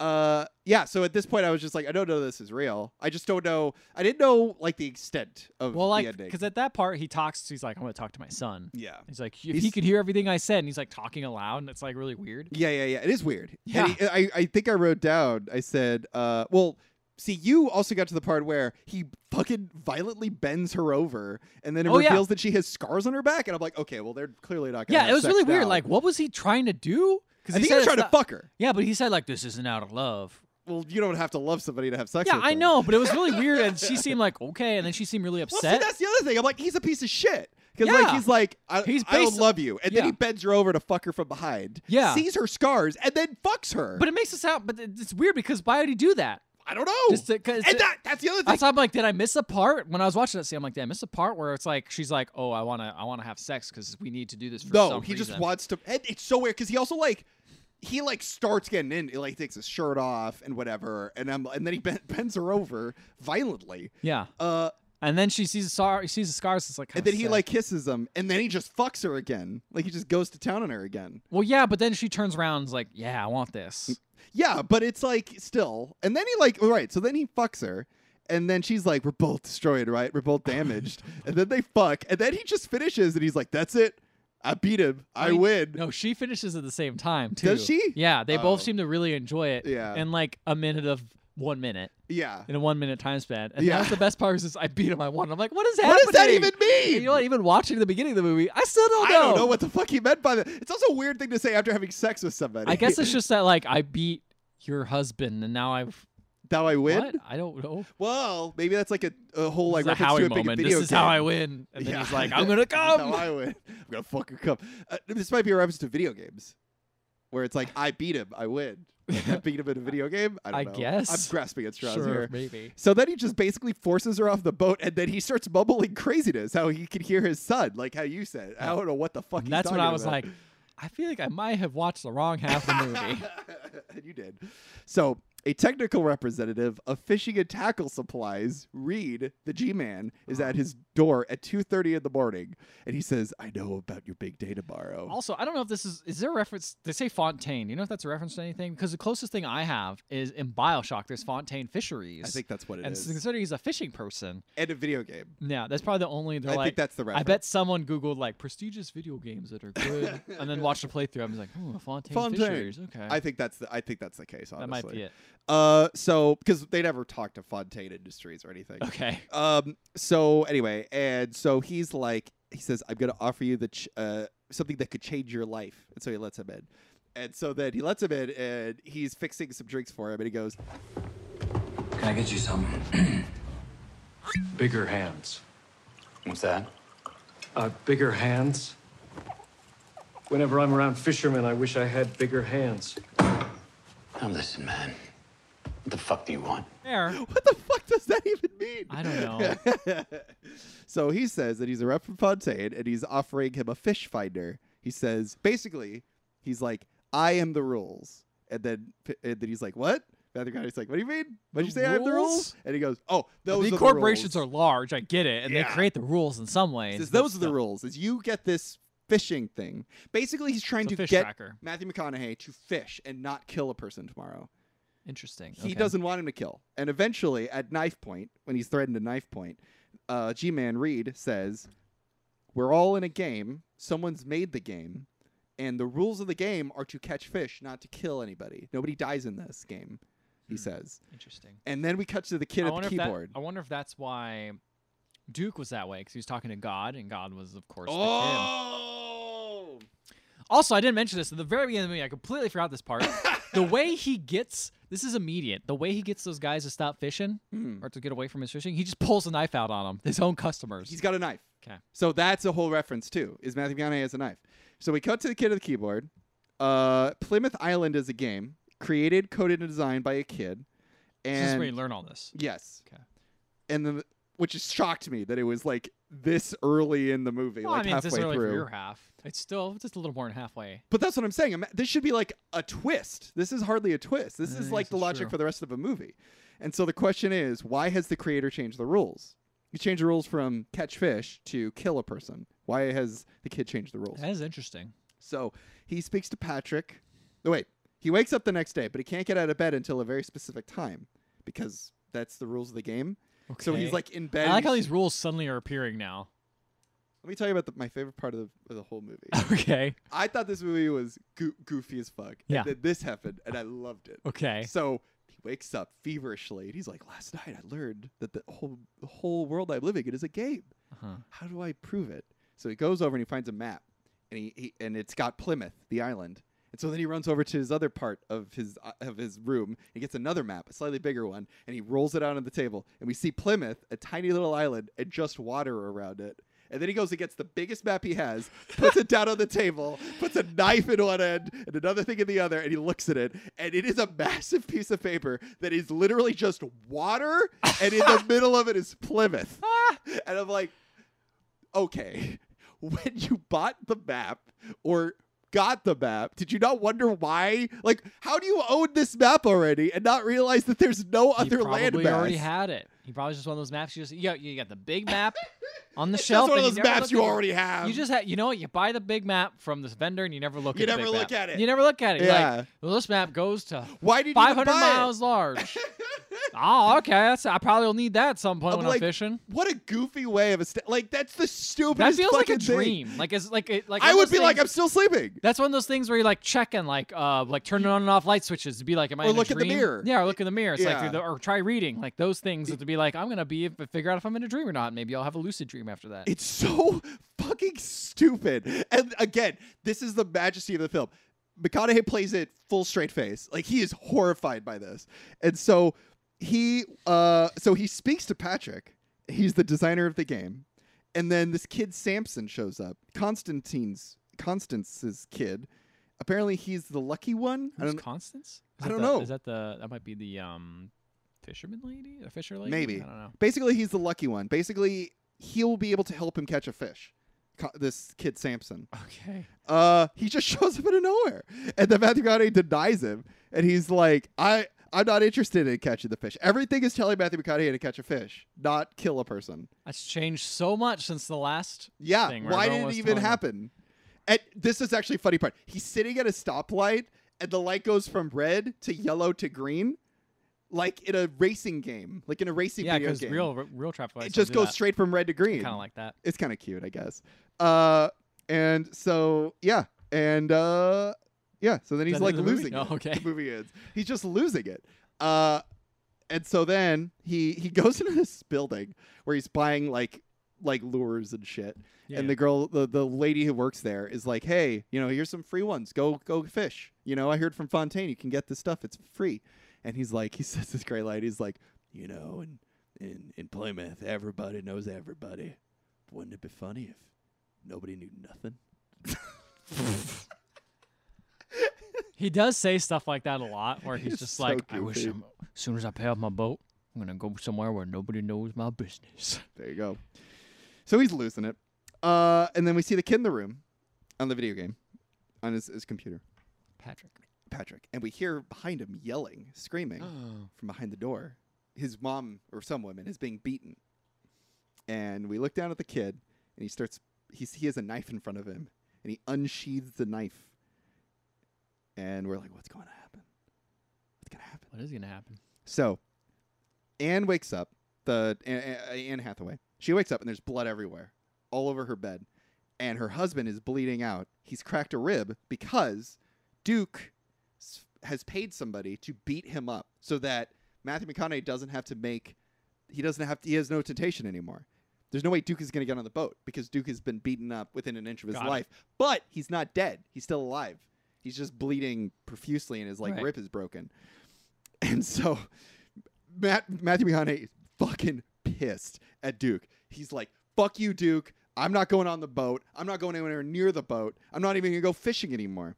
S2: uh, yeah. So at this point, I was just like, I don't know this is real. I just don't know. I didn't know like the extent of
S1: Well,
S2: the
S1: like,
S2: ending.
S1: because at that part he talks. He's like, "I'm gonna talk to my son."
S2: yeah.
S1: He's like, "If he
S2: He's-
S1: could hear everything I said," and he's like talking aloud, and it's like really weird.
S2: Yeah, yeah, yeah. It is weird.
S1: Yeah.
S2: And he- I, I think I wrote down, I said, uh, well, see, you also got to the part where he fucking violently bends her over and then it
S1: Oh, yeah.
S2: reveals that she has scars on her back. And I'm like, okay, well, they're clearly not going
S1: Yeah, it was really weird. Like, what was he trying to do? Because
S2: I think you're
S1: it's
S2: trying
S1: not-
S2: to fuck her.
S1: Yeah, but he said like, "This isn't out of love."
S2: Well, you don't have to love somebody to have sex
S1: Yeah,
S2: with
S1: I
S2: them.
S1: know, but it was really weird, and she seemed like okay, and then she seemed really
S2: Well, see,
S1: upset.
S2: that's the other thing. I'm like, he's a piece of shit. Because
S1: Yeah.
S2: like he's like, I,
S1: He's
S2: I don't
S1: basi-
S2: love you, and then
S1: Yeah.
S2: he bends her over to fuck her from behind.
S1: Yeah.
S2: sees her scars and then fucks her.
S1: but it makes us out. But it- it's weird because why would he do that?
S2: I don't know.
S1: Just because.
S2: and that, that's the other thing.
S1: That's why I'm like, did I miss a part when I was watching that? See, I'm like, did I miss a part where it's like she's like, "Oh, I wanna, I wanna have sex because we need to do this." for
S2: No,
S1: some
S2: he just
S1: reason."
S2: wants to. And it's so weird because he also like he like starts getting in. He like takes his shirt off and whatever, and I'm and then he ben- bends her over violently.
S1: Yeah,
S2: Uh,
S1: and then she sees the scar. She sees the scars. It's like,
S2: and
S1: kinda
S2: then he
S1: sad.
S2: like kisses him, and then he just fucks her again. Like he just goes to town on her again.
S1: Well, yeah, but then she turns around and is like, yeah, I want this.
S2: Yeah, but it's like still, and then he like all right. So then he fucks her. And then she's like, "We're both destroyed, right? We're both damaged." and then they fuck, and then he just finishes, and he's like, "That's it, I beat him, I,
S1: mean,
S2: win."
S1: No, she finishes at the same time, too.
S2: Does she?
S1: Yeah, they both
S2: Oh.
S1: seem to really enjoy it
S2: Yeah.
S1: in like a minute of one minute,
S2: Yeah,
S1: in a one minute time span. And
S2: Yeah.
S1: that's the best part is just, I beat him, I won. I'm like, what is
S2: what
S1: happening?
S2: does that even mean?
S1: And you know what? Even watching the beginning of the movie, I still don't know.
S2: I don't know what the fuck he meant by that. It's also a weird thing to say after having sex with somebody.
S1: I guess it's just that, like, I beat your husband and now I've
S2: That I win?
S1: What? I don't know.
S2: Well, maybe that's like a, a whole like
S1: It's a
S2: reference
S1: Howie
S2: to a big
S1: moment.
S2: video
S1: This is
S2: game.
S1: how I win. And then
S2: Yeah.
S1: he's like, I'm gonna
S2: That's
S1: come.
S2: how I win. I'm gonna fucking come. Uh, this might be a reference to video games, where it's like I beat him, I win. Like, I beat him in a video game. I don't
S1: I
S2: know.
S1: guess.
S2: I'm grasping at straws
S1: sure,
S2: here.
S1: maybe.
S2: So then he just basically forces her off the boat, and then he starts mumbling craziness. How he can hear his son, like how you said. I don't know what the fuck.
S1: And
S2: he's
S1: that's when
S2: talking
S1: I was
S2: about.
S1: like, I feel like I might have watched the wrong half of the movie.
S2: And you did. So, a technical representative of fishing and tackle supplies, Reed, the G-man, is
S1: Uh-huh.
S2: at his door at 2:30 in the morning, and he says, "I know about your big day tomorrow."
S1: Also, I don't know if this is is there a reference they say Fontaine. You know if that's a reference to anything? Because the closest thing I have is in BioShock there's Fontaine Fisheries.
S2: I think that's what it
S1: and
S2: is.
S1: considering he's a fishing person,
S2: And a video game.
S1: yeah, that's probably the only. They're
S2: I
S1: like,
S2: think that's the
S1: I
S2: reference.
S1: bet someone Googled like prestigious video games that are good, and then watched a playthrough. I was like, oh, Fontaine,
S2: Fontaine.
S1: Fisheries. Okay,
S2: I think that's the I think that's the case. Honestly,
S1: that might be it.
S2: Uh, so because they never talked to Fontaine Industries or anything.
S1: Okay,
S2: Um. So anyway, and so he's like, he says, "I'm gonna offer you the ch- uh something that could change your life," and so he lets him in. And so then he lets him in, and he's fixing some drinks for him, and he goes,
S3: Can I get you some?
S4: Bigger hands.
S3: What's that?
S4: Uh, bigger hands. Whenever I'm around fishermen, I wish I had bigger hands.
S3: Now listen, man. What the fuck do you want?
S1: there.
S2: "What the fuck does that even mean?"
S1: I don't know.
S2: So he says that he's a rep from Fontaine, and he's offering him a fish finder. He says, basically, he's like, "I am the rules," and then and then he's like, "What?" The other guy's like, "What do you mean? What'd you
S1: The
S2: say? I am the rules?"
S1: rules?
S2: And he goes, "Oh, those are
S1: the
S2: the
S1: corporations
S2: rules."
S1: are large. I get it, and they
S2: Yeah.
S1: create the rules in some ways.
S2: Says
S1: but
S2: those are the
S1: still.
S2: rules. Is you get this fishing thing. Basically, he's trying
S1: It's a
S2: to
S1: fish
S2: get
S1: tracker.
S2: Matthew McConaughey to fish and not kill a person tomorrow.
S1: Interesting.
S2: He
S1: okay.
S2: doesn't want him to kill. And eventually, at knife point, when he's threatened at knife point, uh, G-Man Reed says, "We're all in a game. Someone's made the game." And the rules of the game are to catch fish, not to kill anybody. Nobody dies in this game, he says.
S1: Interesting.
S2: And then we cut to the kid
S1: Hmm. I
S2: at the
S1: wonder
S2: keyboard.
S1: If that, I wonder if that's why Duke was that way because he was talking to God, and God was, of course, the
S2: oh,
S1: kid. Also, I didn't mention this at the very beginning of the movie. I completely forgot this part. the way he gets this is immediate. The way he gets those guys to stop fishing
S2: Mm-hmm.
S1: or to get away from his fishing, he just pulls a knife out on them, his own customers.
S2: he's got a knife.
S1: okay.
S2: So that's a whole reference too. Is Matthew McConaughey has a knife. So we cut to the kid at the keyboard. Uh, Plymouth Island is a game created, coded, and designed by a kid. And
S1: this is where you learn all this.
S2: yes,
S1: Okay.
S2: and then which is shocked me that it was like this early in the movie,
S1: Well,
S2: like
S1: I mean, it's
S2: halfway
S1: this early
S2: through.
S1: for your half. It's still just a little more than halfway.
S2: But that's what I'm saying. Ima- This should be like a twist. This is hardly a twist. This
S1: I
S2: is
S1: guess
S2: like the
S1: that's
S2: logic
S1: Mm, true.
S2: for the rest of a movie. And so the question is, why has the creator changed the rules? You changed the rules from catch fish to kill a person. Why has the kid changed the rules?
S1: That is interesting.
S2: So he speaks to Patrick. No, wait. He wakes up the next day, but he can't get out of bed until a very specific time because that's the rules of the game. So he's
S1: Okay.
S2: like in bed.
S1: I like how
S2: he's-
S1: these rules suddenly are appearing now.
S2: Let me tell you about the, my favorite part of the, of the whole movie.
S1: okay.
S2: I thought this movie was goo- goofy as fuck.
S1: Yeah.
S2: And then this happened, and I loved it.
S1: Okay.
S2: So he wakes up feverishly, and he's like, "Last night I learned that the whole the whole world I'm living in is a game.
S1: Uh-huh.
S2: How do I prove it?" So he goes over and he finds a map, and he, he and it's got Plymouth, the island. And so then he runs over to his other part of his uh, of his room and gets another map, a slightly bigger one, and he rolls it out on the table. And we see Plymouth, a tiny little island, and just water around it. And then he goes and gets the biggest map he has, puts it down on the table, puts a knife in one end and another thing in the other, and he looks at it. And it is a massive piece of paper that is literally just water, and in the middle of it is Plymouth. and I'm like, okay, when you bought the map or got the map, did you not wonder why? Like, how do you own this map already and not realize that there's no other
S1: he probably
S2: land
S1: already
S2: mass?
S1: had it. He probably just one of those maps. You just you got, you got the big map on the
S2: It's
S1: shelf.
S2: just one of
S1: and
S2: those
S1: you never
S2: maps
S1: look
S2: you
S1: at it.
S2: already have.
S1: You just had you know what you buy the big map from this vendor and you never look.
S2: You
S1: at the
S2: never
S1: big
S2: look
S1: map.
S2: at it.
S1: You never look at it. You're
S2: Yeah.
S1: like, well, this map goes to
S2: why did you even
S1: 500
S2: buy it?
S1: miles large. oh, okay. That's I probably will need that at some point
S2: I'm
S1: when
S2: like,
S1: I'm fishing.
S2: What a goofy way of a st- like. That's the stupidest.
S1: That feels like a
S2: fucking thing.
S1: dream. Like it's like it, like
S2: I
S1: one of
S2: would be
S1: those
S2: like, I'm
S1: things-
S2: still sleeping.
S1: That's one of those things where you're like checking, like uh, like turning on and off light switches to be like, am I
S2: Or
S1: in a
S2: look at the
S1: dream?
S2: mirror.
S1: Yeah, or look in the mirror. It's like,
S2: Yeah.
S1: through the- or try reading, like those things to be like, I'm gonna be figure out if I'm in a dream or not. Maybe I'll have a lucid dream after that.
S2: It's so fucking stupid. And again, this is the majesty of the film. McConaughey plays it full straight face. Like he is horrified by this. And so he uh so he speaks to Patrick. He's the designer of the game. And then this kid Samson shows up. Constantine's Constance's kid. Apparently he's the lucky one. I
S1: Who's
S2: don't
S1: Constance?
S2: I
S1: Is that
S2: don't
S1: the-
S2: know.
S1: Is that the that might be the um fisherman lady? A fisher lady?
S2: Maybe.
S1: I don't know.
S2: Basically he's the lucky one. Basically he'll be able to help him catch a fish. Co- this kid Samson.
S1: Okay.
S2: uh, he just shows up out of nowhere, and then Matthew McConaughey denies him, and he's like, "I, I'm not interested in catching the fish. Everything is telling Matthew McConaughey to catch a fish, not kill a person.
S1: That's changed so much since the last
S2: Yeah,
S1: thing. where
S2: why
S1: everyone
S2: did it
S1: was
S2: even
S1: telling him-
S2: happen? And this is actually a funny part. He's sitting at a stoplight, and the light goes from red to yellow to green, like in a racing game, like in a racing
S1: Yeah,
S2: video
S1: because
S2: game.
S1: real real traffic lights
S2: it
S1: don't
S2: just
S1: do
S2: goes
S1: that.
S2: straight from red to green.
S1: Kind of like that.
S2: it's kind of cute, I guess. Uh, and so yeah, and uh, yeah. So then
S1: Is
S2: he's
S1: that
S2: like
S1: the movie?
S2: losing.
S1: No,
S2: it.
S1: okay.
S2: The movie is he's just losing it. Uh, and so then he he goes into this building where he's buying like like lures and shit.
S1: Yeah,
S2: and
S1: yeah.
S2: the girl, the, the lady who works there is like, hey, you know, here's some free ones. Go go fish. You know, I heard from Fontaine you can get this stuff. It's free. And he's like, he says this great line. He's like, you know, in in in Plymouth, everybody knows everybody. Wouldn't it be funny if nobody knew nothing?
S1: He does say stuff like that a lot, where he's
S2: It's
S1: just
S2: so
S1: like, "I wish
S2: goofy.
S1: I'm, as soon as I pay off my boat, I'm gonna go somewhere where nobody knows my business."
S2: There you go. So he's losing it. Uh, and then we see the kid in the room on the video game on his, his computer,
S1: Patrick.
S2: Patrick, and we hear behind him yelling, screaming. from behind the door. His mom or some woman is being beaten, and we look down at the kid, and he starts. He's, he has a knife in front of him, and he unsheathes the knife, and we're like, "What's going to happen? What's going to happen?"
S1: what is gonna happen?
S2: So, Anne wakes up. The Anne, Anne Hathaway. She wakes up and there's blood everywhere, all over her bed, and her husband is bleeding out. He's cracked a rib because Duke s- has paid somebody to beat him up so that Matthew McConaughey doesn't have to make. He doesn't have to. He has no temptation anymore. There's no way Duke is going to get on the boat because Duke has been beaten up within an inch of his
S1: Got it.
S2: life. But he's not dead. He's still alive. He's just bleeding profusely and his like
S1: Right.
S2: rib is broken. And so Matt Matthew McConaughey is fucking pissed at Duke. He's like, "Fuck you, Duke. I'm not going on the boat. I'm not going anywhere near the boat. I'm not even gonna go fishing anymore."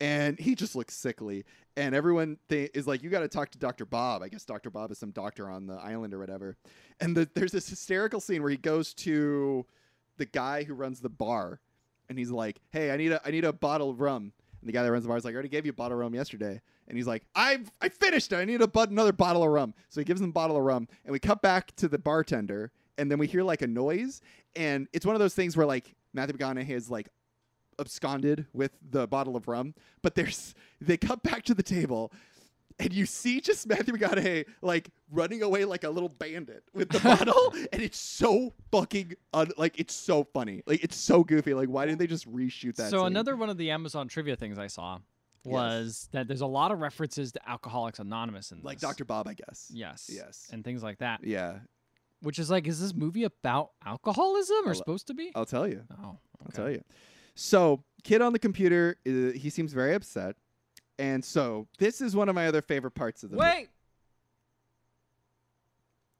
S2: And he just looks sickly. And everyone th- is like, "You got to talk to Doctor Bob." I guess Doctor Bob is some doctor on the island or whatever. And the, there's this hysterical scene where he goes to the guy who runs the bar, and he's like, "Hey, I need a I need a bottle of rum." And the guy that runs the bar is like, "I already gave you a bottle of rum yesterday." And he's like, "I've I finished it. I need a but another bottle of rum." So he gives him a bottle of rum, and we cut back to the bartender, and then we hear like a noise, and it's one of those things where like Matthew McConaughey is like absconded with the bottle of rum, but there's they cut back to the table. And you see just Matthew McConaughey like running away like a little bandit with the bottle, and it's so fucking un- like it's so funny, like it's so goofy. Like why didn't they just reshoot that?
S1: so
S2: scene?
S1: another one of the Amazon trivia things I saw was that there's a lot of references to Alcoholics Anonymous in this.
S2: like Doctor Bob, I guess.
S1: Yes.
S2: Yes.
S1: And things like that.
S2: Yeah,
S1: Which is like, is this movie about alcoholism or
S2: I'll-
S1: supposed to be?
S2: I'll tell you.
S1: oh, okay.
S2: I'll tell you. So, kid on the computer, uh, he seems very upset. And so, this is one of my other favorite parts of the movie.
S1: Wait.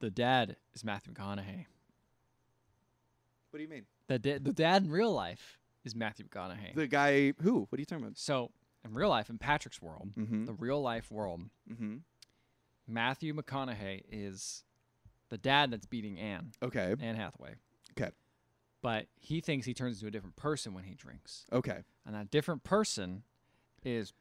S1: The dad is Matthew McConaughey.
S2: What do you mean?
S1: The da- the dad in real life is Matthew McConaughey.
S2: The guy who? What are you talking about?
S1: so in real life, in Patrick's world,
S2: Mm-hmm.
S1: the real life world,
S2: Mm-hmm.
S1: Matthew McConaughey is the dad that's beating Anne,
S2: Okay.
S1: Anne Hathaway.
S2: Okay.
S1: But he thinks he turns into a different person when he drinks,
S2: Okay.
S1: and that different person is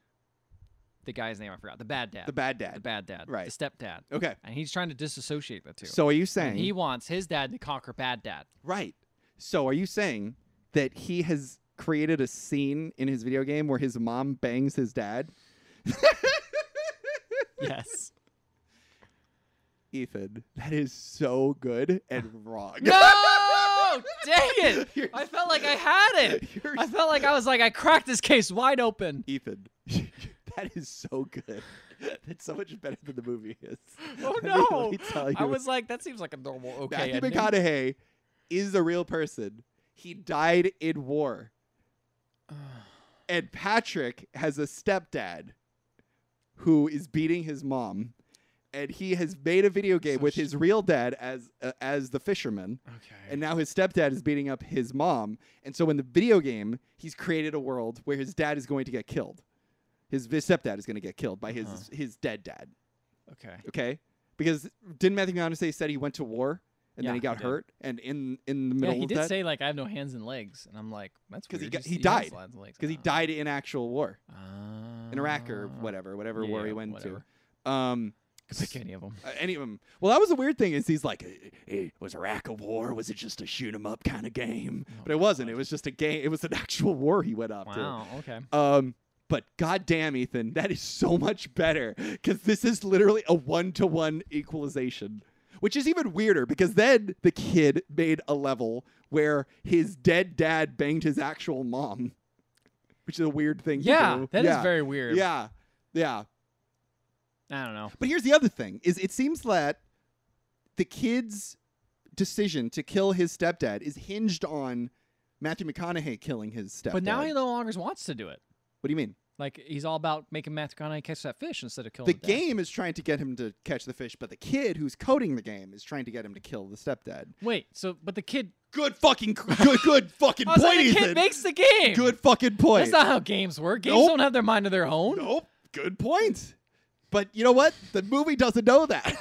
S1: the guy's name I forgot. The bad dad.
S2: The bad
S1: The
S2: dad.
S1: bad dad. The
S2: Right.
S1: stepdad.
S2: Okay.
S1: And he's trying to disassociate the two.
S2: So, are you
S1: and
S2: saying
S1: he wants his dad to conquer bad dad.
S2: Right. So, are you saying that he has created a scene in his video game where his mom bangs his dad?
S1: Yes.
S2: Ethan, that is so good and wrong.
S1: No! Dang it!
S2: You're-
S1: I felt like I had it.
S2: You're
S1: I felt like I was like I cracked this case wide open.
S2: Ethan, that is so good. That's so much better than the movie is.
S1: Oh
S2: Let me-
S1: no!
S2: let me tell you.
S1: I was like, that seems like a normal okay.
S2: Matthew
S1: ending.
S2: McConaughey is a real person. He died in war. and Patrick has a stepdad who is beating his mom. and he has made a video game with his real dad as uh, as the fisherman.
S5: Okay.
S2: And now his stepdad is beating up his mom, and so in the video game, he's created a world where his dad is going to get killed. His, his stepdad is going to get killed by his his dead dad.
S1: Okay.
S2: Okay, because didn't Matthew McConaughey said he went to war and
S1: Yeah,
S2: then he got
S1: he did.
S2: hurt, and in in the
S1: Yeah,
S2: middle
S1: he
S2: of
S1: did
S2: that,
S1: say like I have no hands and legs, and I'm like, that's
S2: 'Cause
S1: because
S2: he got-
S1: just,
S2: he
S1: has
S2: died.
S1: hands and legs.
S2: because he
S1: Oh.
S2: died in actual war
S1: Ah.
S2: in Iraq or whatever, whatever
S1: yeah,
S2: war he went
S1: whatever.
S2: to. Um,
S1: Could pick any of them.
S2: Uh, any of them. Well, that was the weird thing is he's like, "Eh, eh, was Iraq a war? Was it just a shoot 'em up kind of game? but it wasn't. It was just a game. It was an actual war he went up
S1: Oh Wow. Okay.
S2: to. Um, but goddamn, Ethan, that is so much better because this is literally a one-to-one equalization, which is even weirder because then the kid made a level where his dead dad banged his actual mom, which is a weird thing. to
S1: Yeah,
S2: do.
S1: that is
S2: Mm-hmm. yeah.
S1: very weird.
S2: Yeah, yeah.
S1: I don't know.
S2: But here's the other thing: is it seems that the kid's decision to kill his stepdad is hinged on Matthew McConaughey killing his stepdad.
S1: But now he no longer wants to do it.
S2: what do you mean?
S1: Like he's all about making Matthew McConaughey catch that fish instead of killing
S2: The
S1: dad.
S2: game is trying to get him to catch the fish, but the kid who's coding the game is trying to get him to kill the stepdad.
S1: Wait. So, but the kid.
S2: Good fucking, good, good fucking
S1: I was
S2: point,
S1: like, Oh, the kid
S2: Ethan.
S1: makes the game.
S2: good fucking point.
S1: That's not how games work. Games
S2: Nope.
S1: don't have their mind of their own.
S2: nope. Good point. But you know what? The movie doesn't know that.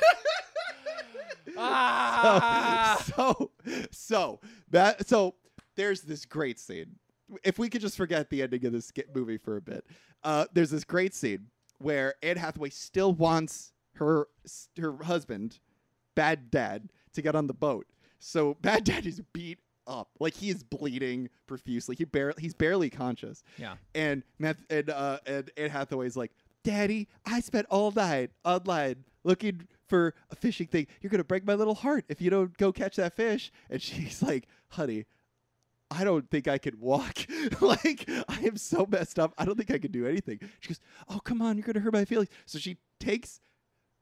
S1: Ah.
S2: so so that so there's this great scene. If we could just forget the ending of this sk- movie for a bit, uh, there's this great scene where Anne Hathaway still wants her s- her husband, Bad Dad, to get on the boat. So Bad Dad is beat up, like he is bleeding profusely. He barely he's barely conscious.
S1: Yeah.
S2: And Math- and uh and Anne Hathaway's like, Daddy, I spent all night online looking for a fishing thing. You're gonna break my little heart if you don't go catch that fish. And she's like, Honey, I don't think I could walk. like I am so messed up. I don't think I could do anything. She goes, Oh come on, you're gonna hurt my feelings. So she takes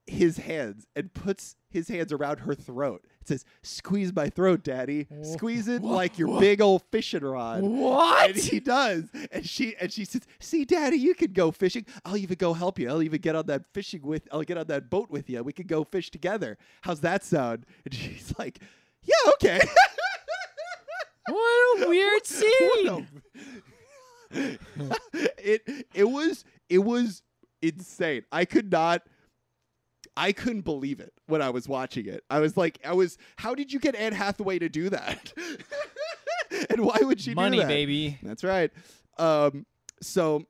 S2: his hands and puts his hands around her throat. It says, "Squeeze my throat, Daddy. Squeeze it like your big old fishing rod."
S1: What?
S2: And he does, and she and she says, "See, Daddy, you can go fishing. I'll even go help you. I'll even get on that fishing with. I'll get on that boat with you. We could go fish together. How's that sound?" And she's like, "Yeah, okay."
S1: What a weird scene.
S2: What a- it it was it was insane. I could not I couldn't believe it when I was watching it. I was like, I was how did you get Anne Hathaway to do that? and why would she
S1: Money,
S2: do that?
S1: baby.
S2: That's right. Um so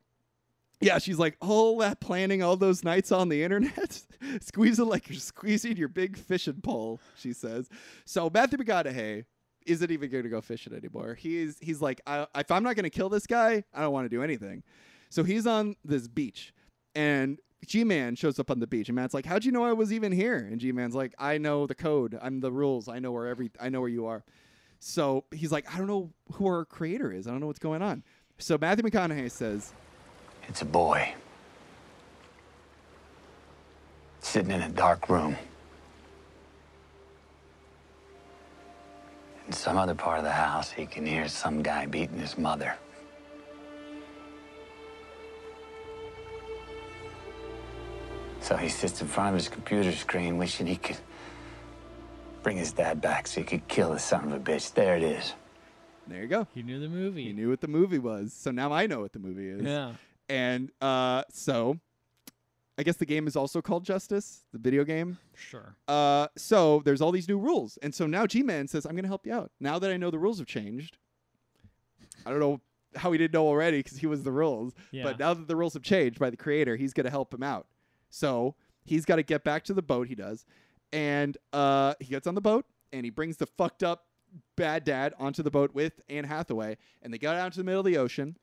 S2: yeah, she's like, all that planning, all those nights on the internet, squeeze it like you're squeezing your big fishing pole, she says. So Matthew McConaughey isn't even going to go fishing anymore. He's he's like, I, if I'm not going to kill this guy, I don't want to do anything. So he's on this beach, and G Man shows up on the beach, and Matt's like, "How'd you know I was even here?" And G Man's like, "I know the code. I'm the rules. I know where every. I know where you are." So he's like, "I don't know who our creator is. I don't know what's going on." So Matthew McConaughey says,
S3: It's a boy. Sitting in a dark room. In some other part of the house, he can hear some guy beating his mother. So he sits in front of his computer screen wishing he could bring his dad back so he could kill the son of a bitch. There it is.
S2: "There you go.
S1: He knew the movie.
S2: He knew what the movie was. So now I know what the movie is."
S1: Yeah.
S2: And uh, so, I guess the game is also called Justice, the video game.
S1: Sure.
S2: Uh, so there's all these new rules, and so now G-Man says, "I'm going to help you out." Now that I know the rules have changed, I don't know how he didn't know already because he was the rules.
S1: Yeah.
S2: But now that the rules have changed by the creator, he's going to help him out. So he's got to get back to the boat. He does, and uh, he gets on the boat and he brings the fucked up bad dad onto the boat with Anne Hathaway, and they go down to the middle of the ocean.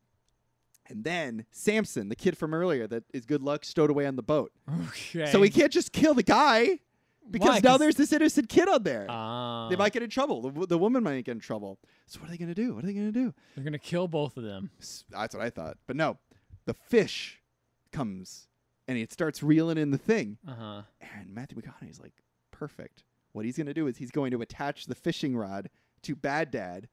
S2: And then Samson, the kid from earlier that is good luck, stowed away on the boat.
S1: Okay.
S2: So we can't just kill the guy because
S1: Why?
S2: now
S1: 'Cause-
S2: there's this innocent kid on there.
S1: Ah.
S2: they might get in trouble. The, w- the woman might get in trouble. So what are they going to do? What are they going to do?
S1: They're gonna kill both of them.
S2: S- That's what I thought. But no, the fish comes and it starts reeling in the thing.
S1: Uh huh.
S2: And Matthew McConaughey's like, perfect. What he's going to do is he's going to attach the fishing rod to Bad Dad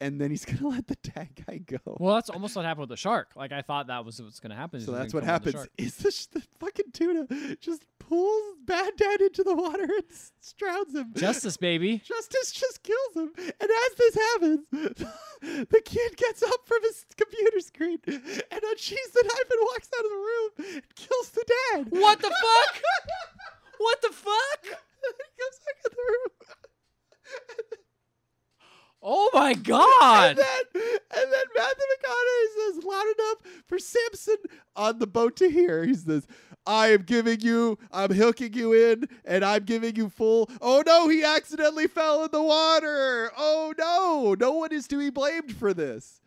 S2: and then he's going to let the tag guy go.
S1: Well, that's almost what happened with the shark. Like I thought that was what's gonna happen. is
S2: So
S1: they're
S2: that's what
S1: gonna kill the
S2: happens.
S1: shark.
S2: Is the, sh- the fucking tuna just pulls Bad Dad into the water and s- drowns him.
S1: Justice, baby.
S2: Justice just kills him. And as this happens, the kid gets up from his computer screen and unsheathes the knife and walks out of the room and kills the dad.
S1: What the fuck? What the fuck?
S2: he goes back in the room.
S1: Oh my god.
S2: And then, and then Matthew McConaughey says loud enough for Samson on the boat to hear. He says, I am giving you, I'm hooking you in, and I'm giving you full. Oh no, he accidentally fell in the water. Oh no, no one is to be blamed for this.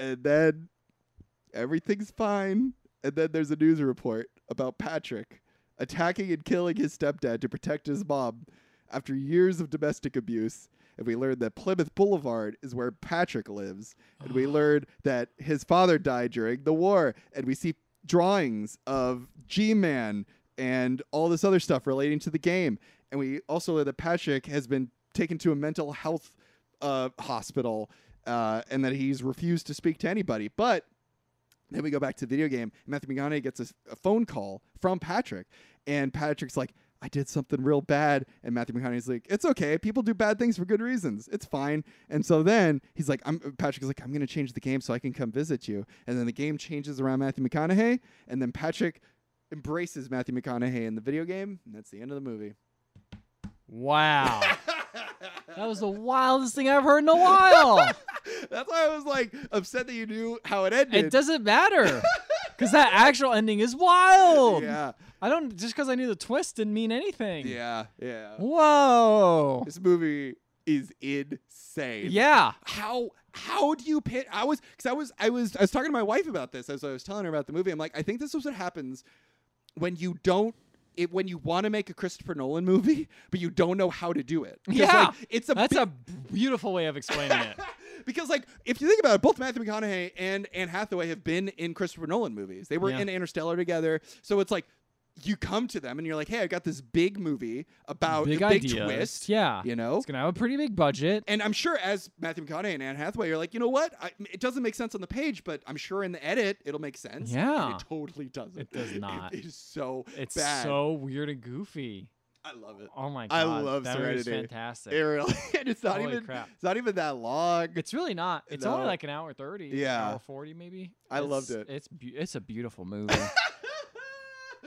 S2: And then everything's fine. And then there's a news report about Patrick attacking and killing his stepdad to protect his mom after years of domestic abuse. And we learned that Plymouth Boulevard is where Patrick lives. And we learned that his father died during the war. And we see drawings of G Man and all this other stuff relating to the game. And we also learn that Patrick has been taken to a mental health uh, hospital uh, and that he's refused to speak to anybody. But then we go back to the video game. And Matthew McConaughey gets a, s- a phone call from Patrick, and Patrick's like, "I did something real bad," and Matthew McConaughey's like, "It's okay. People do bad things for good reasons. It's fine." And so then he's like, "I'm." uh," Patrick's like, "I'm gonna change the game so I can come visit you." And then the game changes around Matthew McConaughey, and then Patrick embraces Matthew McConaughey in the video game, and that's the end of the movie.
S1: Wow. That was the wildest thing I've heard in a while.
S2: That's why I was like upset that you knew how it ended.
S1: It doesn't matter. Because that actual ending is wild.
S2: Yeah,
S1: I don't, just because I knew the twist didn't mean anything.
S2: yeah, yeah.
S1: Whoa.
S2: This movie is insane.
S1: Yeah.
S2: how how do you pit i was because i was i was i was talking to my wife about this as i was telling her about the movie i'm like i think this is what happens when you don't it when you want to make a christopher nolan movie but you don't know how to do it 'Cause,
S1: Yeah.
S2: like, it's a
S1: That's
S2: big-
S1: a beautiful way of explaining it.
S2: because like if you think about it both matthew mcconaughey and anne hathaway have been in christopher nolan movies they were
S1: Yeah.
S2: in interstellar together so it's like you come to them and you're like hey i got this big movie about
S1: big
S2: a Oh, big
S1: ideas.
S2: twist
S1: Yeah.
S2: you know
S1: It's going to have a pretty big budget.
S2: and I'm sure as Matthew McConaughey and Anne Hathaway, you're like, you know what? I, it doesn't make sense on the page, but I'm sure in the edit it'll make sense.
S1: Yeah.
S2: And it totally doesn't.
S1: It does not.
S2: It is so
S1: It's
S2: bad.
S1: so weird and goofy.
S2: I love it.
S1: Oh my god.
S2: I love
S1: that movie's
S2: Serenity.
S1: fantastic.
S2: It really, and it's not
S1: Holy
S2: even.
S1: crap.
S2: It's not even that long.
S1: It's really not. It's only
S2: No.
S1: like an hour thirty.
S2: Yeah.
S1: hour forty maybe.
S2: I
S1: It's-
S2: loved it.
S1: It's beau- it's a beautiful movie.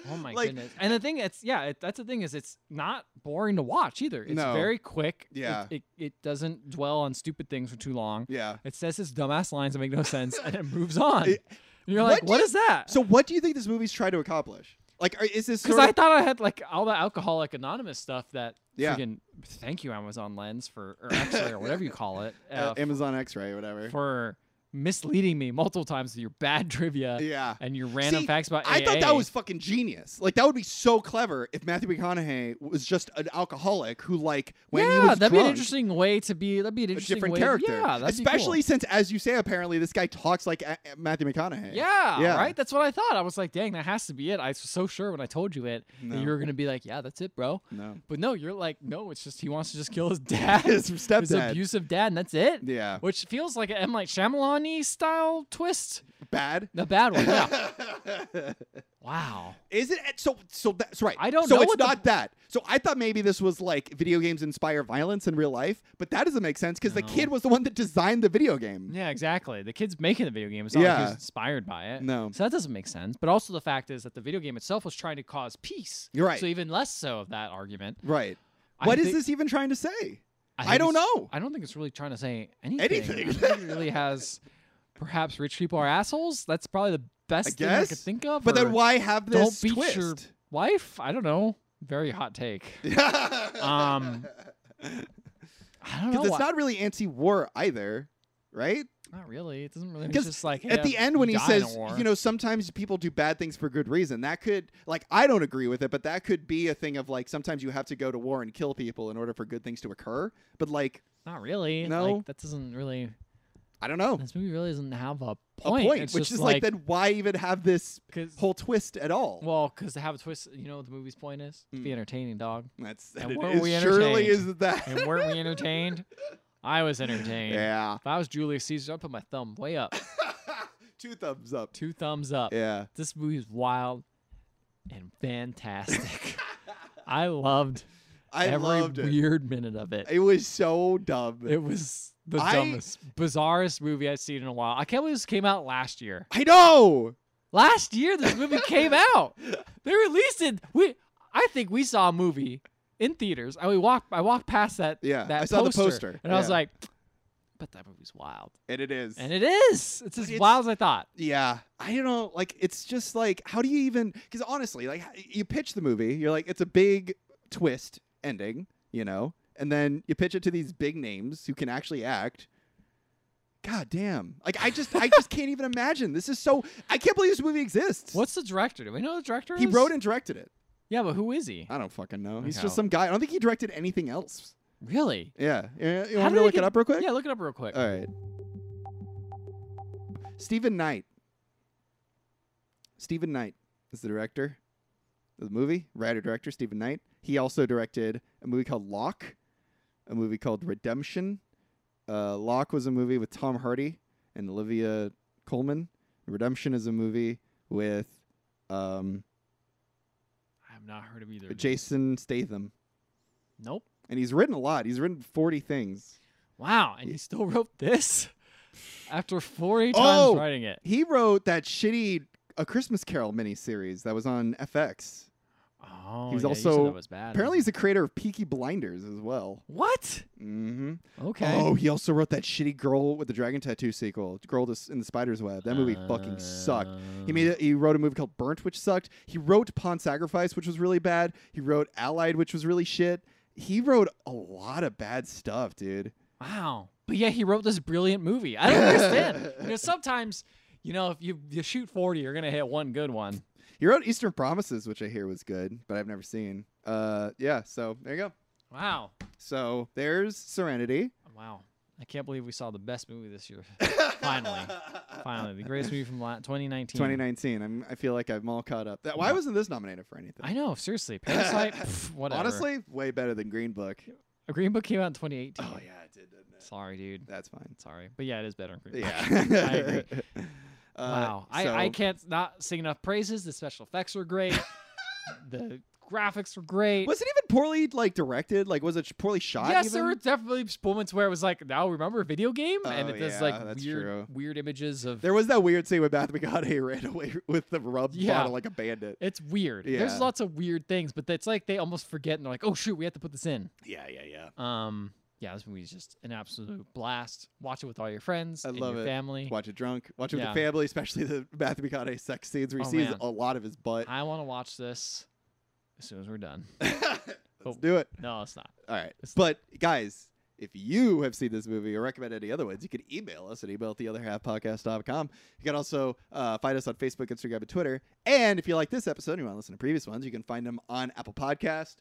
S1: oh my
S2: Like-
S1: goodness! And the thing, it's yeah, it, that's the thing is, it's not boring to watch either. It's
S2: No.
S1: very quick. It-
S2: Yeah.
S1: It, it doesn't dwell on stupid things for too long.
S2: yeah.
S1: It says his dumbass lines that make no sense, and it moves on.
S2: It-
S1: And you're
S2: What
S1: like,
S2: do
S1: what
S2: you-
S1: is that?
S2: So what do you think this movie's trying to accomplish? Like, are, is this
S1: because
S2: sort
S1: I
S2: of-
S1: thought I had like all the alcoholic anonymous stuff that
S2: Yeah.
S1: freaking thank you Amazon Lens for or X-ray or whatever you call it uh,
S2: uh, Amazon X-ray, whatever?
S1: for misleading me multiple times with your bad trivia
S2: Yeah.
S1: and your random
S2: See,
S1: facts about
S2: I thought that
S1: AA.
S2: was fucking genius. Like that would be so clever if Matthew McConaughey was just an alcoholic who, like, when
S1: yeah,
S2: he was
S1: that'd be an
S2: drunk-
S1: interesting way to be. That'd be an
S2: a
S1: interesting
S2: different
S1: way-
S2: character.
S1: Yeah, that'd be cool.
S2: especially since, as you say, apparently this guy talks like a- a- Matthew McConaughey.
S1: Yeah,
S2: yeah,
S1: right. That's what I thought. I was like, dang, that has to be it. I was so sure when I told you it that
S2: No.
S1: you were gonna be like, yeah, that's it, bro.
S2: No.
S1: But no, you're like, no, it's just he wants to just kill his dad,
S2: His
S1: his
S2: stepdad.
S1: abusive dad, and that's it.
S2: Yeah.
S1: which feels like an M like Shyamalan style twist.
S2: Bad.
S1: The bad one. Yeah. wow.
S2: Is it so? So that's right.
S1: I don't
S2: So
S1: know
S2: it's
S1: what the-
S2: not that. So I thought maybe this was like video games inspire violence in real life, but that doesn't make sense because the kid was the one that designed the video game.
S1: Yeah, exactly. The kid's making the video game. It's not like he was
S2: Yeah.
S1: inspired by it.
S2: No.
S1: So that doesn't make sense. But also the fact is that the video game itself was trying to cause peace.
S2: You're right.
S1: So even less so of that argument.
S2: Right.
S1: I
S2: What is
S1: thi-
S2: this even trying to say? I,
S1: think
S2: don't
S1: it's-
S2: know.
S1: I don't think it's really trying to say anything.
S2: Anything.
S1: I think it really has perhaps rich people are assholes. That's probably the best
S2: I
S1: thing I
S2: guess.
S1: could think of.
S2: But
S1: or
S2: then why have
S1: don't
S2: this
S1: beat
S2: twist?
S1: your wife? I don't know. Very hot take. Um I don't know.
S2: Because it's
S1: why-
S2: not really anti-war either, right?
S1: Not really. It doesn't really. It's
S2: Because
S1: just like hey,
S2: at the
S1: I'm-
S2: end, when
S1: you
S2: he
S1: die in a
S2: says,
S1: war.
S2: you know, sometimes people do bad things for good reason, that could, like, I don't agree with it, but that could be a thing of, like, sometimes you have to go to war and kill people in order for good things to occur. But, like,
S1: not really.
S2: No.
S1: like, that doesn't really.
S2: I don't know.
S1: This movie really doesn't have a
S2: A
S1: point.
S2: point,
S1: It's
S2: which
S1: just
S2: is like, then why even have this
S1: 'Cause-
S2: whole twist at all?
S1: well, because to have a twist, you know what the movie's point is? To
S2: Mm.
S1: Be entertaining, dog.
S2: That's
S1: and
S2: it
S1: were
S2: is-
S1: we
S2: surely
S1: entertained?
S2: isn't that.
S1: And weren't we entertained? I was entertained.
S2: yeah.
S1: If I was Julius Caesar, I'd put my thumb way up,
S2: Two thumbs up.
S1: two thumbs up.
S2: Yeah.
S1: This movie's wild. and fantastic. I loved
S2: I
S1: every
S2: loved it.
S1: weird minute of it.
S2: It was so dumb.
S1: It was the
S2: I-
S1: dumbest, bizarrest movie I've seen in a while. I can't believe this came out last year.
S2: I know.
S1: Last year, this movie came out. They released it. We, I think we saw a movie in theaters, and we walked. I walked past that.
S2: Yeah,
S1: that
S2: I saw the
S1: poster,
S2: poster,
S1: and I was
S2: yeah.
S1: like, "But that movie's wild,"
S2: And it is.
S1: and it is. It's as
S2: It's-
S1: wild as I thought.
S2: Yeah, I don't know. Like, it's just like, how do you even? Because honestly, like, h- you pitch the movie, you're like, it's a big twist ending, you know, and then you pitch it to these big names who can actually act. God damn! Like, I just, I just can't even imagine. This is so. I can't believe this movie exists.
S1: What's the director? Do we know the director?
S2: he
S1: is?
S2: wrote and directed it?
S1: Yeah, but who is he?
S2: I don't fucking know. He's
S1: Okay.
S2: just some guy. I don't think he directed anything else.
S1: Really?
S2: Yeah. Yeah, You
S1: How
S2: want
S1: did
S2: me to
S1: they
S2: look
S1: get-
S2: it up real quick? Uh,
S1: Yeah, look it up real quick.
S2: All right. Stephen Knight. Stephen Knight is the director of the movie. Writer director Stephen Knight. He also directed a movie called Locke, a movie called Redemption. Uh, Locke was a movie with Tom Hardy and Olivia Colman. Redemption is a movie with um,
S1: I've not heard of either. of these.
S2: Jason Statham,
S1: Nope.
S2: and he's written a lot. He's written forty things.
S1: Wow, and he still wrote this after 40 times
S2: Oh!
S1: writing it.
S2: He wrote that shitty A Christmas Carol miniseries that was on FX.
S1: Oh,
S2: He was
S1: yeah, you said
S2: also-
S1: that was bad.
S2: Apparently, he's the creator of Peaky Blinders as well.
S1: what?
S2: Mm-hmm.
S1: Okay.
S2: Oh, he also wrote that shitty girl with the dragon tattoo sequel, Girl to S- in the Spider's Web. That movie fucking sucked. He made a, he wrote a movie called Burnt, which sucked. He wrote Pawn Sacrifice, which was really bad. He wrote Allied, which was really shit. He wrote a lot of bad stuff, dude.
S1: Wow. But yeah, he wrote this brilliant movie. I don't understand. You know, sometimes, you know, if you, you shoot 40, you're going to hit one good one.
S2: He wrote Eastern Promises, which I hear was good, but I've never seen. Uh, yeah. So there you go.
S1: Wow.
S2: So there's Serenity.
S1: Wow. I can't believe we saw the best movie this year. Finally. Finally. The greatest movie from la- 2019.
S2: 2019. I'm, I feel like I'm all caught up. That, why wasn't this nominated for anything?
S1: I know, seriously. Parasite, pff, whatever.
S2: Honestly, way better than Green Book.
S1: A Green Book came out in 2018.
S2: Oh, yeah, it did, didn't
S1: Sorry, dude.
S2: That's fine.
S1: Sorry. But yeah, it is better than Green Book.
S2: Yeah.
S1: I agree.
S2: Uh,
S1: wow.
S2: so-
S1: I, I can't not sing enough praises. The special effects were great. the graphics were great.
S2: Was it even poorly like directed? Like, was it sh- poorly shot?
S1: yes, there
S2: even?
S1: were definitely moments where it was like, now remember a video game? and
S2: Oh,
S1: it does
S2: yeah,
S1: like
S2: that's
S1: weird,
S2: true.
S1: weird images of.
S2: There was that weird scene where Matthew McConaughey ran away with the rub
S1: Yeah.
S2: bottle like a bandit.
S1: it's weird. There's
S2: Yeah.
S1: lots of weird things, but it's like they almost forget and they're like, oh shoot, we have to put this in.
S2: Yeah, yeah, yeah.
S1: Um, yeah, this movie's just an absolute blast. Watch it with all your friends.
S2: I
S1: and
S2: love
S1: your
S2: it.
S1: Family.
S2: Watch it drunk. Watch it with
S1: Yeah.
S2: the family, especially the Matthew McConaughey sex scenes where he
S1: Oh,
S2: sees
S1: man.
S2: a lot of his butt.
S1: I want to watch this as soon as we're done.
S2: Let's do it.
S1: No, it's not.
S2: All right. But guys, if you have seen this movie or recommend any other ones, you can email us at email at theotherhalfpodcast.com. You can also uh, find us on Facebook, Instagram, and Twitter. And if you like this episode and you want to listen to previous ones, you can find them on Apple Podcast,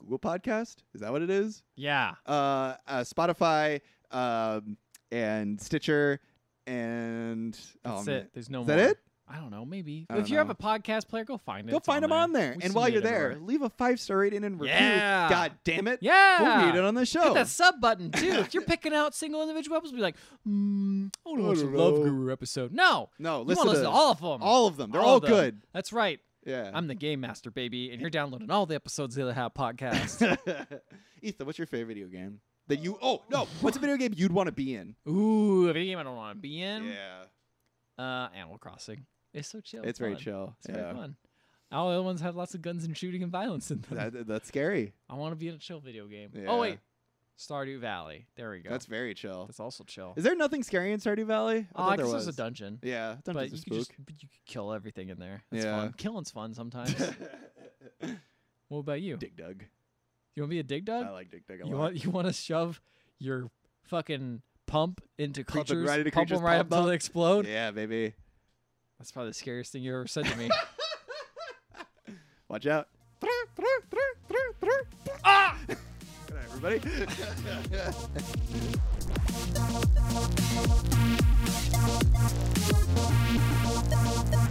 S2: Google Podcast. Is that what it is?
S1: Yeah.
S2: Uh, uh, Spotify um, and Stitcher and oh,
S1: That's
S2: man.
S1: it. There's no
S2: Is
S1: more.
S2: that it?
S1: I don't know. Maybe
S2: I
S1: if
S2: don't
S1: you have
S2: know.
S1: a podcast player, go find it.
S2: Go
S1: It's
S2: find them on there.
S1: We
S2: and while
S1: submit
S2: you're
S1: it
S2: there,
S1: everywhere.
S2: leave a five star rating and review.
S1: Yeah.
S2: God damn it.
S1: yeah,
S2: We'll read it on the show.
S1: Hit that sub button too. if you're picking out single individual episodes, be like, mm, I want to
S2: I
S1: watch the
S2: don't
S1: Love
S2: know.
S1: Guru episode. No,
S2: No,
S1: you
S2: listen
S1: wanna
S2: to-
S1: listen to all of them.
S2: all of them. They're all
S1: of them.
S2: good.
S1: That's right.
S2: Yeah.
S1: I'm the game master, baby, and you're downloading all the episodes of the Other Half podcast.
S2: Ethan, what's your favorite video game that you? Oh no, what's a video game you'd want to be in?
S1: Ooh, a video game I don't want to be in.
S2: Yeah,
S1: Uh, Animal Crossing. It's so chill.
S2: it's very
S1: fun.
S2: chill.
S1: It's
S2: yeah.
S1: very fun. All the other ones have lots of guns and shooting and violence in them.
S2: That, that's scary.
S1: I want to be in a chill video game. Oh
S2: Yeah.
S1: wait, Stardew Valley. There we go.
S2: That's very chill.
S1: That's also chill.
S2: Is there nothing scary in Stardew Valley?
S1: Oh,
S2: thought
S1: I
S2: there
S1: guess there's a
S2: was.
S1: dungeon.
S2: Yeah,
S1: But
S2: dungeons
S1: you
S2: are
S1: could just
S2: spook.
S1: but you could kill everything in there. That's
S2: Yeah.
S1: fun. Killing's fun sometimes. what about you?
S2: Dig Dug.
S1: You want to be a dig dug?
S2: I like Dig Dug a
S1: you
S2: lot.
S1: want you want to shove your fucking pump into
S2: Pump it
S1: creatures,
S2: right into
S1: pump
S2: creatures,
S1: them right
S2: pump
S1: up till
S2: up.
S1: they explode.
S2: yeah, baby.
S1: That's probably the scariest thing you ever said to me.
S2: Watch out.
S1: ah!
S2: Good night, everybody.
S5: Thank you.